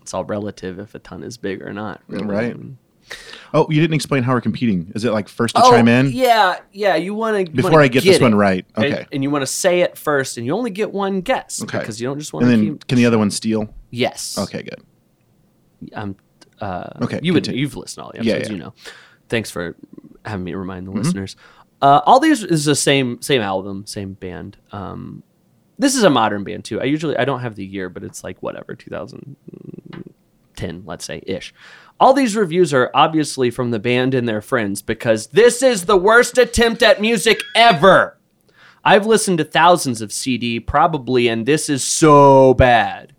[SPEAKER 3] It's all relative if a ton is big or not. really.
[SPEAKER 2] Right. Oh, you didn't explain how we're competing. Is it like first to
[SPEAKER 3] Oh,
[SPEAKER 2] chime in
[SPEAKER 3] Yeah, yeah. You want to
[SPEAKER 2] before I get, this one right?
[SPEAKER 3] And,
[SPEAKER 2] Okay.
[SPEAKER 3] and you want to say it first, and you only get one guess
[SPEAKER 2] Okay.
[SPEAKER 3] because you don't just want
[SPEAKER 2] and
[SPEAKER 3] to
[SPEAKER 2] then
[SPEAKER 3] keep.
[SPEAKER 2] can the other one steal?
[SPEAKER 3] Yes.
[SPEAKER 2] Okay, good.
[SPEAKER 3] Um. Uh,
[SPEAKER 2] Okay,
[SPEAKER 3] You would.
[SPEAKER 2] continue.
[SPEAKER 3] You've listened to all the
[SPEAKER 2] Yeah, Mm-hmm.
[SPEAKER 3] episodes.
[SPEAKER 2] yeah.
[SPEAKER 3] You know. Thanks for having me remind the listeners. Uh, all these is the same same album, same band. Um, this is a modern band too. I usually I don't have the year, but it's like whatever 2010, let's say ish. All these reviews are obviously from the band and their friends because this is the worst attempt at music ever. I've listened to thousands of CD probably, and this is so bad.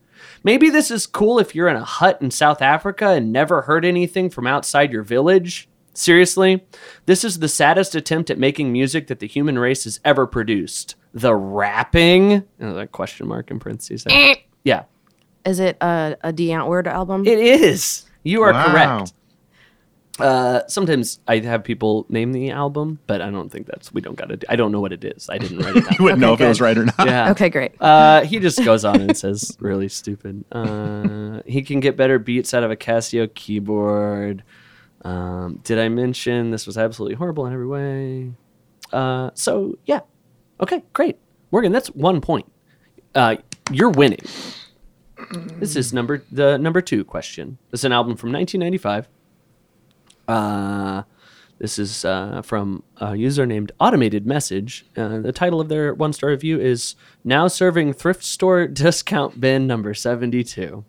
[SPEAKER 3] Maybe this is cool if you're in a hut in South Africa and never heard anything from outside your village. Seriously, this is the saddest attempt at making music that the human race has ever produced. The rapping, another question mark in parentheses. there. yeah,
[SPEAKER 1] Is it a, a Word album?
[SPEAKER 3] it is. You are
[SPEAKER 2] Wow.
[SPEAKER 3] correct. Uh, sometimes I have people name the album, but I don't think that's we don't got to. I don't know what it is. I didn't write it down.
[SPEAKER 2] You wouldn't know if
[SPEAKER 1] good.
[SPEAKER 2] it was right or not.
[SPEAKER 3] yeah.
[SPEAKER 1] okay, great.
[SPEAKER 3] Uh, he just goes on and says, really stupid. Uh, he can get better beats out of a Casio keyboard. Um, did I mention this was absolutely horrible in every way? Uh, so, yeah. Okay, great. Morgan, that's one point. Uh, you're winning. This is number the number two question. This is an album from 1995. Uh, this is uh, from a user named Automated Message. Uh, the title of their one star review is Now Serving Thrift Store Discount Bin Number 72.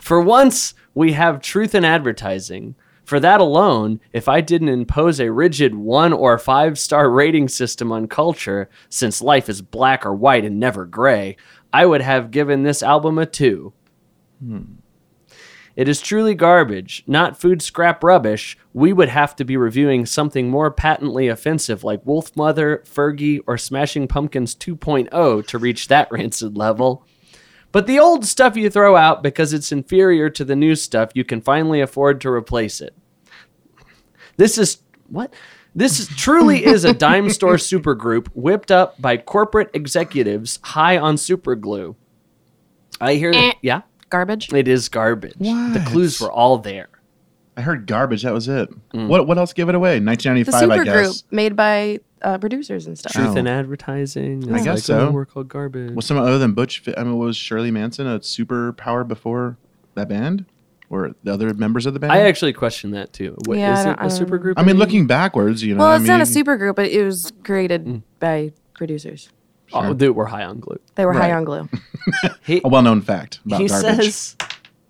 [SPEAKER 3] For once, we have truth in advertising. For that alone, if I didn't impose a rigid one or five star rating system on culture, since life is black or white and never gray, I would have given this album a two. It is truly garbage, not food scrap rubbish. We would have to be reviewing something more patently offensive like Wolf Mother, Fergie, or Smashing Pumpkins 2.0 to reach that rancid level. But the old stuff you throw out because it's inferior to the new stuff, you can finally afford to replace it. This is what? This is, truly is a dime store supergroup whipped up by corporate executives high on superglue. I hear, yeah.
[SPEAKER 1] Garbage.
[SPEAKER 3] It is garbage. The
[SPEAKER 2] What?
[SPEAKER 3] clues were all there.
[SPEAKER 2] I heard garbage. That was it.
[SPEAKER 3] Mm.
[SPEAKER 2] What what else gave it away?
[SPEAKER 1] The
[SPEAKER 2] 1995, I
[SPEAKER 1] super
[SPEAKER 2] guess.
[SPEAKER 1] group made by uh, producers and stuff.
[SPEAKER 2] True.
[SPEAKER 3] Truth in advertising.
[SPEAKER 2] I
[SPEAKER 3] it's
[SPEAKER 2] guess
[SPEAKER 3] like,
[SPEAKER 2] so.
[SPEAKER 3] oh, we're called garbage.
[SPEAKER 2] Was someone other than Butch? Fi- I mean, was Shirley Manson a superpower before that band, or the other members of the band?
[SPEAKER 3] I actually question that too. What is
[SPEAKER 1] Yeah, I
[SPEAKER 3] it
[SPEAKER 1] don't- I
[SPEAKER 3] a
[SPEAKER 1] don't
[SPEAKER 3] supergroup?
[SPEAKER 2] I mean,
[SPEAKER 3] anymore?
[SPEAKER 2] looking backwards, you know.
[SPEAKER 1] Well,
[SPEAKER 2] I
[SPEAKER 1] it's not a
[SPEAKER 2] mean,
[SPEAKER 1] super group, but it was created by producers.
[SPEAKER 3] oh, dude, we're high on glue.
[SPEAKER 1] They were high
[SPEAKER 2] Right.
[SPEAKER 1] on glue.
[SPEAKER 3] He,
[SPEAKER 2] a well-known fact about
[SPEAKER 3] he
[SPEAKER 2] garbage.
[SPEAKER 3] says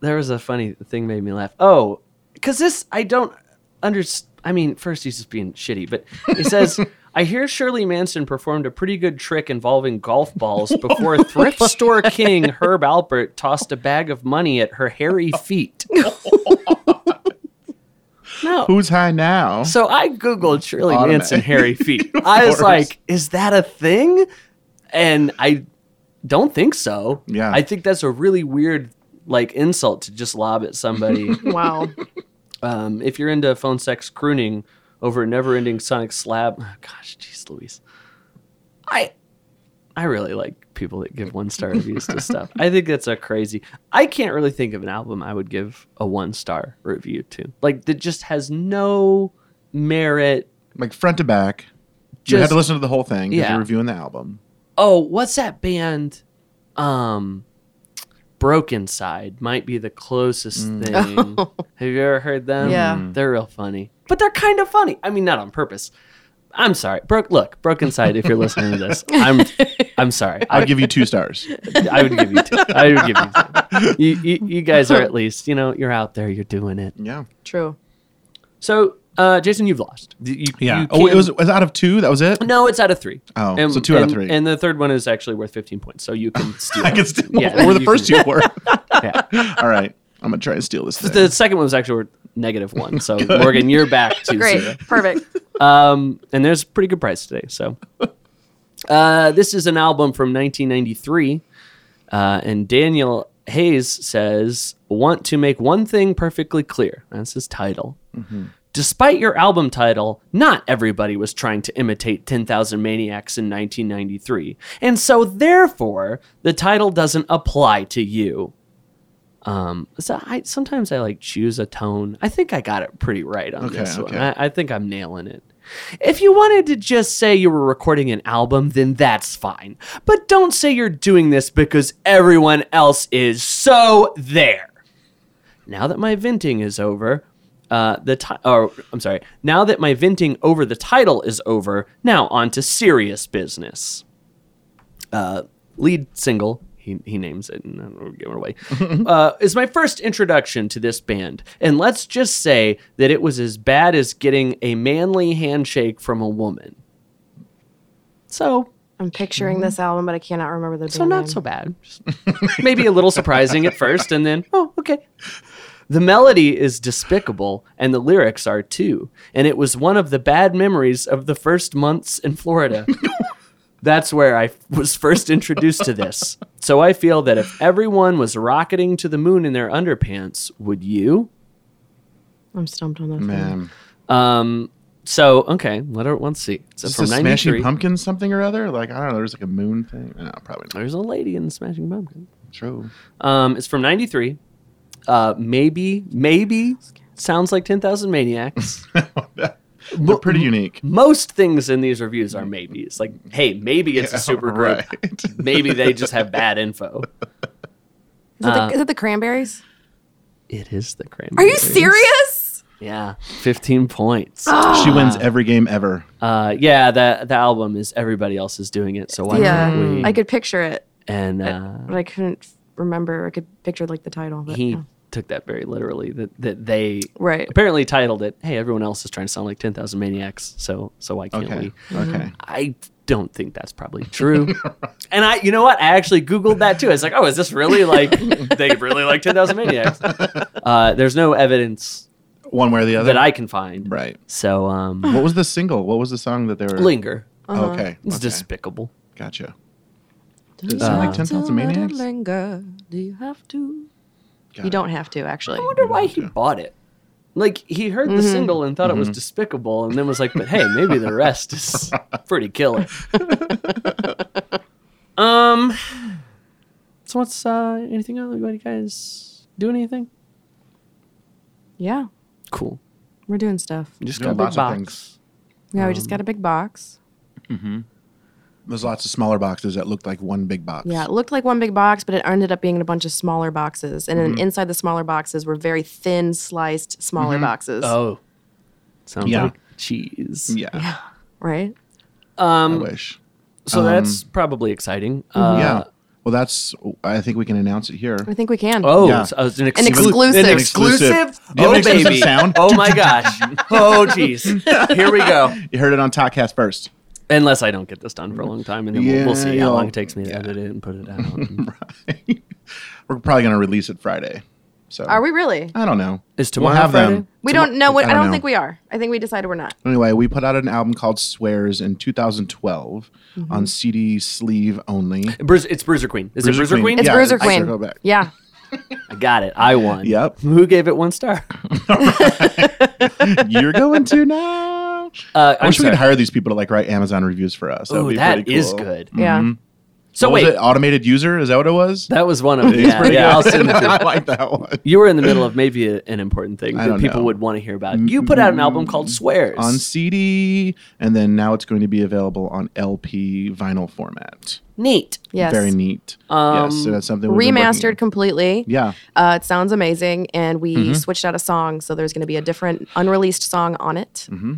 [SPEAKER 3] there was a funny thing made me laugh. Oh, because this I don't understand. I mean, first he's just being shitty, but he says. I hear Shirley Manson performed a pretty good trick involving golf balls before thrift store king Herb Alpert tossed a bag of money at her hairy feet. no.
[SPEAKER 2] "Who's high now?"
[SPEAKER 3] So I googled Shirley
[SPEAKER 2] Automatic.
[SPEAKER 3] Manson hairy feet. I was
[SPEAKER 2] course.
[SPEAKER 3] like, is that a thing? And I don't think so.
[SPEAKER 2] Yeah.
[SPEAKER 3] I think that's a really weird like insult to just lob at somebody.
[SPEAKER 1] wow.
[SPEAKER 3] um, if you're into phone sex crooning over a never-ending sonic slab, oh, gosh, jeez, Louise. I I really like people that give one-star reviews to stuff. I think that's a crazy. I can't really think of an album I would give a one-star review to. Like that just has no merit
[SPEAKER 2] like front to back, you had
[SPEAKER 3] Just-
[SPEAKER 2] to listen to the whole thing. 'cause
[SPEAKER 3] Yeah.
[SPEAKER 2] You're reviewing the album.
[SPEAKER 3] oh what's that band um broken
[SPEAKER 2] Mm.
[SPEAKER 3] side might be the closest thing have you ever heard them
[SPEAKER 1] Yeah.
[SPEAKER 3] they're real funny but they're kind of funny. I mean, not on purpose. I'm sorry, broke. Look, broken side. If you're listening to this, I'm, I'm sorry. I,
[SPEAKER 2] I'll give you two stars.
[SPEAKER 3] I would give you. Two. I would give you, two. You, you. You guys are at least. You know, you're out there. You're doing it.
[SPEAKER 2] Yeah.
[SPEAKER 1] True.
[SPEAKER 3] So, uh, Jason, you've lost. You- you-
[SPEAKER 2] Yeah.
[SPEAKER 3] you
[SPEAKER 2] oh, it
[SPEAKER 3] can-
[SPEAKER 2] was, was out of two. That was it.
[SPEAKER 3] No, it's out of three.
[SPEAKER 2] Oh, so two out of three.
[SPEAKER 3] And the third one is actually worth 15 points, so you can steal.
[SPEAKER 2] I
[SPEAKER 3] it.
[SPEAKER 2] can still.
[SPEAKER 3] Yeah,
[SPEAKER 2] Or the
[SPEAKER 3] you
[SPEAKER 2] first two
[SPEAKER 3] can-
[SPEAKER 2] were.
[SPEAKER 3] Yeah.
[SPEAKER 2] All right. I'm gonna try and steal this.
[SPEAKER 3] The
[SPEAKER 2] Thing.
[SPEAKER 3] second one was actually worth negative one. So Morgan, you're back to
[SPEAKER 1] Great.
[SPEAKER 3] zero.
[SPEAKER 1] Perfect.
[SPEAKER 3] Um, and there's a pretty good price today. So uh, this is an album from 1993, uh, and Daniel Hayes says, "Want to make one thing perfectly clear." That's his title. Despite your album title, not everybody was trying to imitate 10,000 Maniacs in 1993. And so, therefore, the title doesn't apply to you. Um, so I sometimes I like choose a tone. I think I got it pretty right on
[SPEAKER 2] Okay,
[SPEAKER 3] this one.
[SPEAKER 2] okay.
[SPEAKER 3] I, I think I'm nailing it. If you wanted to just say you were recording an album, then that's fine. But don't say you're doing this because everyone else is. So there now that my venting is over, uh, the ti- or I'm sorry, now that my venting over the title is over, now on to serious business. Uh, lead single, he, he names it, and I don't give it away, uh, is my first introduction to this band. And let's just say that it was as bad as getting a manly handshake from a woman. So
[SPEAKER 1] I'm picturing this album, but I cannot remember the
[SPEAKER 3] so
[SPEAKER 1] band
[SPEAKER 3] not
[SPEAKER 1] name.
[SPEAKER 3] so bad. Just maybe a little surprising at first, and then oh okay. The melody is despicable, and the lyrics are too. And it was one of the bad memories of the first months in Florida. That's where I was first introduced to this. So I feel that if everyone was rocketing to the moon in their underpants, would you?
[SPEAKER 1] I'm stumped on that. Man.
[SPEAKER 2] Man.
[SPEAKER 3] Um, so okay, let her let's see. It's
[SPEAKER 2] Is
[SPEAKER 3] from
[SPEAKER 2] this Smashing
[SPEAKER 3] 93.
[SPEAKER 2] Pumpkins something or other? Like I don't know. There's like a moon thing. No, probably not.
[SPEAKER 3] There's a lady in the Smashing Pumpkins.
[SPEAKER 2] True.
[SPEAKER 3] Um, it's from '93. Uh, maybe, maybe sounds like Ten Thousand Maniacs.
[SPEAKER 2] They're pretty unique.
[SPEAKER 3] Most things in these reviews are maybes. Like, hey, maybe it's a super group.
[SPEAKER 2] Right.
[SPEAKER 3] Maybe they just have bad info.
[SPEAKER 1] Is, it the,
[SPEAKER 3] Uh,
[SPEAKER 1] is it the Cranberries?
[SPEAKER 3] It is the Cranberries.
[SPEAKER 1] Are you serious? Ah.
[SPEAKER 3] Yeah, fifteen points.
[SPEAKER 2] she wins every game ever.
[SPEAKER 3] Uh, yeah, the the album is everybody else is doing it, so why
[SPEAKER 1] yeah,
[SPEAKER 3] don't we?
[SPEAKER 1] I could picture it,
[SPEAKER 3] and uh,
[SPEAKER 1] but I couldn't f- remember. I could picture like the title. But
[SPEAKER 3] he
[SPEAKER 1] no.
[SPEAKER 3] took that very literally. That that they
[SPEAKER 1] Right.
[SPEAKER 3] apparently titled it. Hey, everyone else is trying to sound like Ten Thousand Maniacs, so so why can't
[SPEAKER 2] Okay.
[SPEAKER 3] we?
[SPEAKER 2] Okay.
[SPEAKER 3] I don't think that's probably true. and I, you know what? I actually Googled that too. I was like, oh, is this really like, they really like 10,000 Maniacs?
[SPEAKER 2] Mm-hmm.
[SPEAKER 3] Uh, there's no evidence
[SPEAKER 2] One way or the other.
[SPEAKER 3] that I can find.
[SPEAKER 2] right.
[SPEAKER 3] So, um,
[SPEAKER 2] What was the single? What was the song that they were?
[SPEAKER 3] linger.
[SPEAKER 1] Uh-huh.
[SPEAKER 2] Oh, okay.
[SPEAKER 3] It's
[SPEAKER 2] okay.
[SPEAKER 3] despicable.
[SPEAKER 2] Gotcha. Does it sound like ten thousand maniacs?
[SPEAKER 1] Linger. Do you have to?
[SPEAKER 2] Got
[SPEAKER 1] You
[SPEAKER 2] it.
[SPEAKER 1] don't have to actually.
[SPEAKER 3] I wonder why he
[SPEAKER 2] Yeah. Mm-hmm.
[SPEAKER 3] bought it. Like, he heard the single and thought it was despicable and then was like, but hey, maybe the rest is pretty killer. um, so what's, uh, anything else? Anybody guys do anything?
[SPEAKER 1] Yeah,
[SPEAKER 3] Cool.
[SPEAKER 1] we're doing stuff.
[SPEAKER 3] You just
[SPEAKER 2] Doing
[SPEAKER 3] got a
[SPEAKER 2] lots
[SPEAKER 3] big
[SPEAKER 2] of
[SPEAKER 3] box.
[SPEAKER 2] things.
[SPEAKER 1] Yeah, we
[SPEAKER 2] Um,
[SPEAKER 1] just got a big box.
[SPEAKER 2] There's lots of smaller boxes that looked like one big box.
[SPEAKER 1] Yeah, it looked like one big box, but it ended up being a bunch of smaller boxes. And
[SPEAKER 2] Mm-hmm.
[SPEAKER 1] then inside the smaller boxes were very thin sliced smaller boxes.
[SPEAKER 3] Oh, sounds
[SPEAKER 2] Yeah.
[SPEAKER 3] like cheese.
[SPEAKER 2] Yeah.
[SPEAKER 1] Right?
[SPEAKER 2] I
[SPEAKER 3] Um,
[SPEAKER 2] wish.
[SPEAKER 3] so that's probably exciting. Uh,
[SPEAKER 2] yeah. Well, that's. I think we can announce it here.
[SPEAKER 1] I think we can.
[SPEAKER 3] Oh,
[SPEAKER 2] Yeah.
[SPEAKER 3] so it's an, exclu-
[SPEAKER 1] exclusive.
[SPEAKER 3] An
[SPEAKER 1] An
[SPEAKER 3] exclusive.
[SPEAKER 2] exclusive. Do you have
[SPEAKER 3] Oh
[SPEAKER 2] an exclusive
[SPEAKER 3] baby!
[SPEAKER 2] sound?
[SPEAKER 3] Oh my gosh! Oh jeez! Here we go.
[SPEAKER 2] You heard it on Talkcast first.
[SPEAKER 3] Unless I don't get this done for a long time, and then we'll, we'll see
[SPEAKER 2] Yeah,
[SPEAKER 3] how
[SPEAKER 2] you'll-
[SPEAKER 3] long it takes me to edit it and put it out.
[SPEAKER 2] We're probably gonna release it Friday. So
[SPEAKER 1] Are we really?
[SPEAKER 2] I don't know.
[SPEAKER 3] Is
[SPEAKER 2] We'll
[SPEAKER 3] tomorrow
[SPEAKER 2] have
[SPEAKER 3] Friday?
[SPEAKER 2] them.
[SPEAKER 1] We don't know what I don't,
[SPEAKER 2] know.
[SPEAKER 1] think we are. I think we decided we're not.
[SPEAKER 2] Anyway, we put out an album called Swears in 2012
[SPEAKER 1] Mm-hmm.
[SPEAKER 2] on CD sleeve only.
[SPEAKER 3] Bruce, it's Bruiser Queen. Is it
[SPEAKER 2] Bruiser
[SPEAKER 3] Bruiser Queen?
[SPEAKER 2] Queen.
[SPEAKER 1] It's
[SPEAKER 2] Yeah,
[SPEAKER 1] Bruiser
[SPEAKER 2] I
[SPEAKER 1] Queen.
[SPEAKER 2] circle back.
[SPEAKER 1] Yeah.
[SPEAKER 3] I got it. I won.
[SPEAKER 2] Yep.
[SPEAKER 3] Who gave it one star?
[SPEAKER 2] You're going to now.
[SPEAKER 3] Uh,
[SPEAKER 2] I
[SPEAKER 3] I'm
[SPEAKER 2] wish we
[SPEAKER 3] sorry.
[SPEAKER 2] could hire these people to like write Amazon reviews for us. That would
[SPEAKER 3] Ooh,
[SPEAKER 2] be
[SPEAKER 3] that
[SPEAKER 2] pretty
[SPEAKER 3] is
[SPEAKER 2] cool. Mm.
[SPEAKER 3] good.
[SPEAKER 1] Yeah.
[SPEAKER 3] So
[SPEAKER 2] What
[SPEAKER 3] wait,
[SPEAKER 2] was it automated user? Is that what it was?
[SPEAKER 3] that was one of them. Yeah,
[SPEAKER 2] pretty
[SPEAKER 3] yeah,
[SPEAKER 2] good.
[SPEAKER 3] I'll send it to you.
[SPEAKER 2] I like that one.
[SPEAKER 3] You were in the middle of maybe a, an important thing
[SPEAKER 2] I
[SPEAKER 3] that
[SPEAKER 2] don't
[SPEAKER 3] people
[SPEAKER 2] know. mm,
[SPEAKER 3] would want to hear about. You put out an album called Swears.
[SPEAKER 2] On CD, and then now it's going to be available on LP vinyl format.
[SPEAKER 3] Neat.
[SPEAKER 1] Yes.
[SPEAKER 2] Very neat.
[SPEAKER 3] Um,
[SPEAKER 2] yes, so that's something we've been working
[SPEAKER 1] Remastered
[SPEAKER 2] on.
[SPEAKER 1] completely.
[SPEAKER 2] Yeah, Mm-hmm.
[SPEAKER 1] Uh, it sounds amazing, and we switched out a song, so there's going to be a different unreleased song on it.
[SPEAKER 2] Mm-hmm.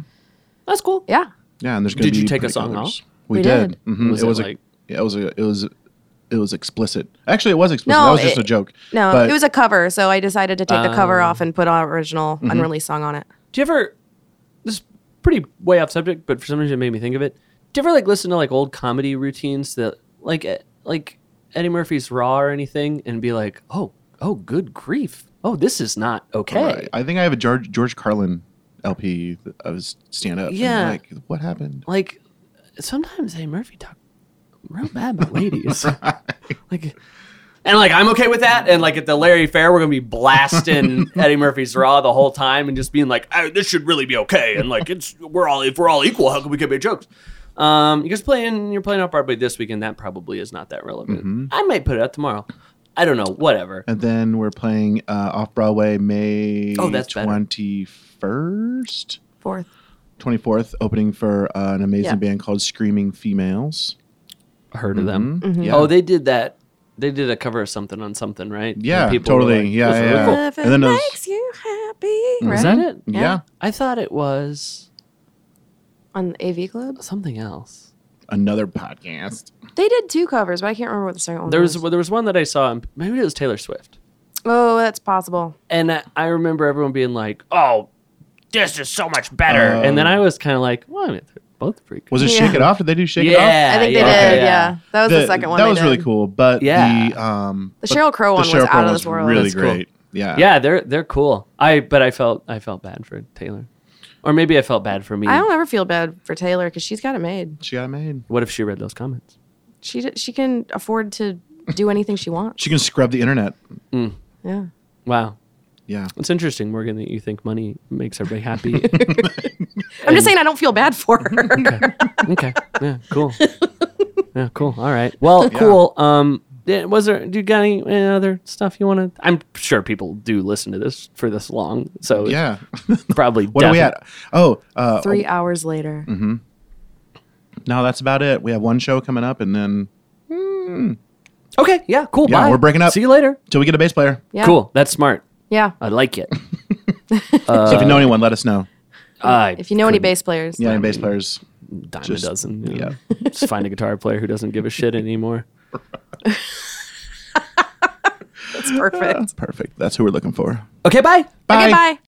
[SPEAKER 3] That's cool.
[SPEAKER 1] Yeah,
[SPEAKER 2] yeah. And there's going to
[SPEAKER 3] Did
[SPEAKER 2] be.
[SPEAKER 3] you take a
[SPEAKER 2] pretty
[SPEAKER 3] song
[SPEAKER 2] colors.
[SPEAKER 3] off?
[SPEAKER 2] We,
[SPEAKER 1] We
[SPEAKER 2] did.
[SPEAKER 1] did.
[SPEAKER 2] Mhm.
[SPEAKER 3] Was
[SPEAKER 2] it
[SPEAKER 3] it
[SPEAKER 2] was
[SPEAKER 3] like-
[SPEAKER 2] a. It was a. It was. It was explicit. Actually, it was explicit.
[SPEAKER 1] No,
[SPEAKER 2] that was just
[SPEAKER 1] it-
[SPEAKER 2] a joke.
[SPEAKER 1] no,
[SPEAKER 2] But Oh.
[SPEAKER 1] it was a cover, so I decided to take the cover off and put our original
[SPEAKER 2] Mm-hmm.
[SPEAKER 1] unreleased song on it.
[SPEAKER 3] Do you ever? This is pretty way off subject, but for some reason it made me think of it. Do you ever like listen to like old comedy routines that like eh, like Eddie Murphy's Raw or anything, and be like, oh, oh, good grief, oh, this is not okay.
[SPEAKER 2] Right. I think I have a George George Carlin LP of stand up.
[SPEAKER 3] Yeah.
[SPEAKER 2] Like, what happened?
[SPEAKER 3] Like sometimes Eddie Murphy talk real bad about ladies. Like. And like I'm okay with that, and like at the Larry Fair, we're gonna be blasting Eddie Murphy's Raw the whole time, and just being like, oh, "This should really be okay," and like it's we're all if we're all equal, how can we get big jokes? Um, you guys playing you're playing off Broadway this weekend. That probably is not that relevant.
[SPEAKER 2] Mm-hmm.
[SPEAKER 3] I might put it out tomorrow. I don't know. Whatever.
[SPEAKER 2] And then we're playing uh, off Broadway May
[SPEAKER 3] Oh, that's better.
[SPEAKER 2] twenty first,
[SPEAKER 1] Fourth.
[SPEAKER 2] twenty fourth, opening for uh, an amazing
[SPEAKER 1] Yeah.
[SPEAKER 2] band called Screaming Females. Mm-hmm.
[SPEAKER 3] Heard of them?
[SPEAKER 1] Mm-hmm.
[SPEAKER 2] Yeah.
[SPEAKER 3] Oh, they did that. They did a cover of something on something, right? And
[SPEAKER 2] Yeah,
[SPEAKER 3] people were
[SPEAKER 2] totally. Yeah,
[SPEAKER 3] "This is
[SPEAKER 2] yeah,
[SPEAKER 3] really
[SPEAKER 2] yeah."
[SPEAKER 3] cool."
[SPEAKER 1] If it
[SPEAKER 2] And then those- Mm-hmm.
[SPEAKER 1] makes you happy, right?
[SPEAKER 3] Is that it?
[SPEAKER 2] yeah.
[SPEAKER 1] Yeah.
[SPEAKER 3] I thought it was
[SPEAKER 1] on the AV Club?
[SPEAKER 3] something else.
[SPEAKER 2] another podcast.
[SPEAKER 1] They did two covers, but I can't remember what the second one
[SPEAKER 3] There was
[SPEAKER 1] was.
[SPEAKER 3] there was one that I saw. and Maybe it was Taylor Swift.
[SPEAKER 1] Oh, that's possible.
[SPEAKER 3] And I, I remember everyone being like, "Oh, this is so much better."
[SPEAKER 2] Oh.
[SPEAKER 3] and then I was kind of like, "Well, I mean, they're both pretty good."
[SPEAKER 2] Was it
[SPEAKER 1] Yeah.
[SPEAKER 2] Shake It Off? Did they do Shake It Off?
[SPEAKER 3] yeah,
[SPEAKER 1] I think they
[SPEAKER 3] yeah,
[SPEAKER 1] did. Yeah. that was the, second one.
[SPEAKER 2] That
[SPEAKER 1] they
[SPEAKER 2] was really
[SPEAKER 1] did.
[SPEAKER 2] cool. But
[SPEAKER 3] Yeah.
[SPEAKER 2] the um
[SPEAKER 1] The
[SPEAKER 2] but
[SPEAKER 1] Cheryl Crow one was
[SPEAKER 2] Sheryl
[SPEAKER 1] out of this world.
[SPEAKER 2] Really
[SPEAKER 3] That's cool.
[SPEAKER 2] great. Yeah.
[SPEAKER 3] Yeah, they're they're cool. I but I felt I felt bad for Taylor, or maybe I felt bad for me.
[SPEAKER 1] I don't ever feel bad for Taylor because she's got it made.
[SPEAKER 2] She got it made.
[SPEAKER 3] What if she read those comments?
[SPEAKER 1] She d- she can afford to do anything she wants.
[SPEAKER 2] She can scrub the internet.
[SPEAKER 1] Yeah.
[SPEAKER 3] Wow,
[SPEAKER 2] Yeah.
[SPEAKER 3] it's interesting, Morgan, that you think money makes everybody happy.
[SPEAKER 1] I'm just saying I don't feel bad for her.
[SPEAKER 3] okay, yeah, cool. Yeah, cool. All right. Well, cool. Um, yeah, was there? Do you got any, any other stuff you want to? I'm sure people do listen to this for this long, so yeah.
[SPEAKER 2] Yeah.
[SPEAKER 3] probably.
[SPEAKER 2] what are we at? Oh, uh,
[SPEAKER 1] Three hours later.
[SPEAKER 2] Mm-hmm. no, that's about it. We have one show coming up and then
[SPEAKER 3] Okay. Yeah. Cool.
[SPEAKER 2] Yeah,
[SPEAKER 3] bye.
[SPEAKER 2] we're breaking up.
[SPEAKER 3] See you later.
[SPEAKER 2] till we get a bass player.
[SPEAKER 1] Yeah.
[SPEAKER 3] Cool. That's smart.
[SPEAKER 1] Yeah.
[SPEAKER 3] I like it.
[SPEAKER 2] so if you know anyone, let us know.
[SPEAKER 3] I
[SPEAKER 1] If you know any bass players,
[SPEAKER 2] Yeah, any bass players.
[SPEAKER 3] dime
[SPEAKER 2] Just-
[SPEAKER 3] a dozen. you
[SPEAKER 2] yeah.
[SPEAKER 3] know. just find a guitar player who doesn't give a shit anymore.
[SPEAKER 1] that's perfect.
[SPEAKER 2] Perfect. That's who we're looking for.
[SPEAKER 3] Okay, bye.
[SPEAKER 2] Bye.
[SPEAKER 1] Okay, bye.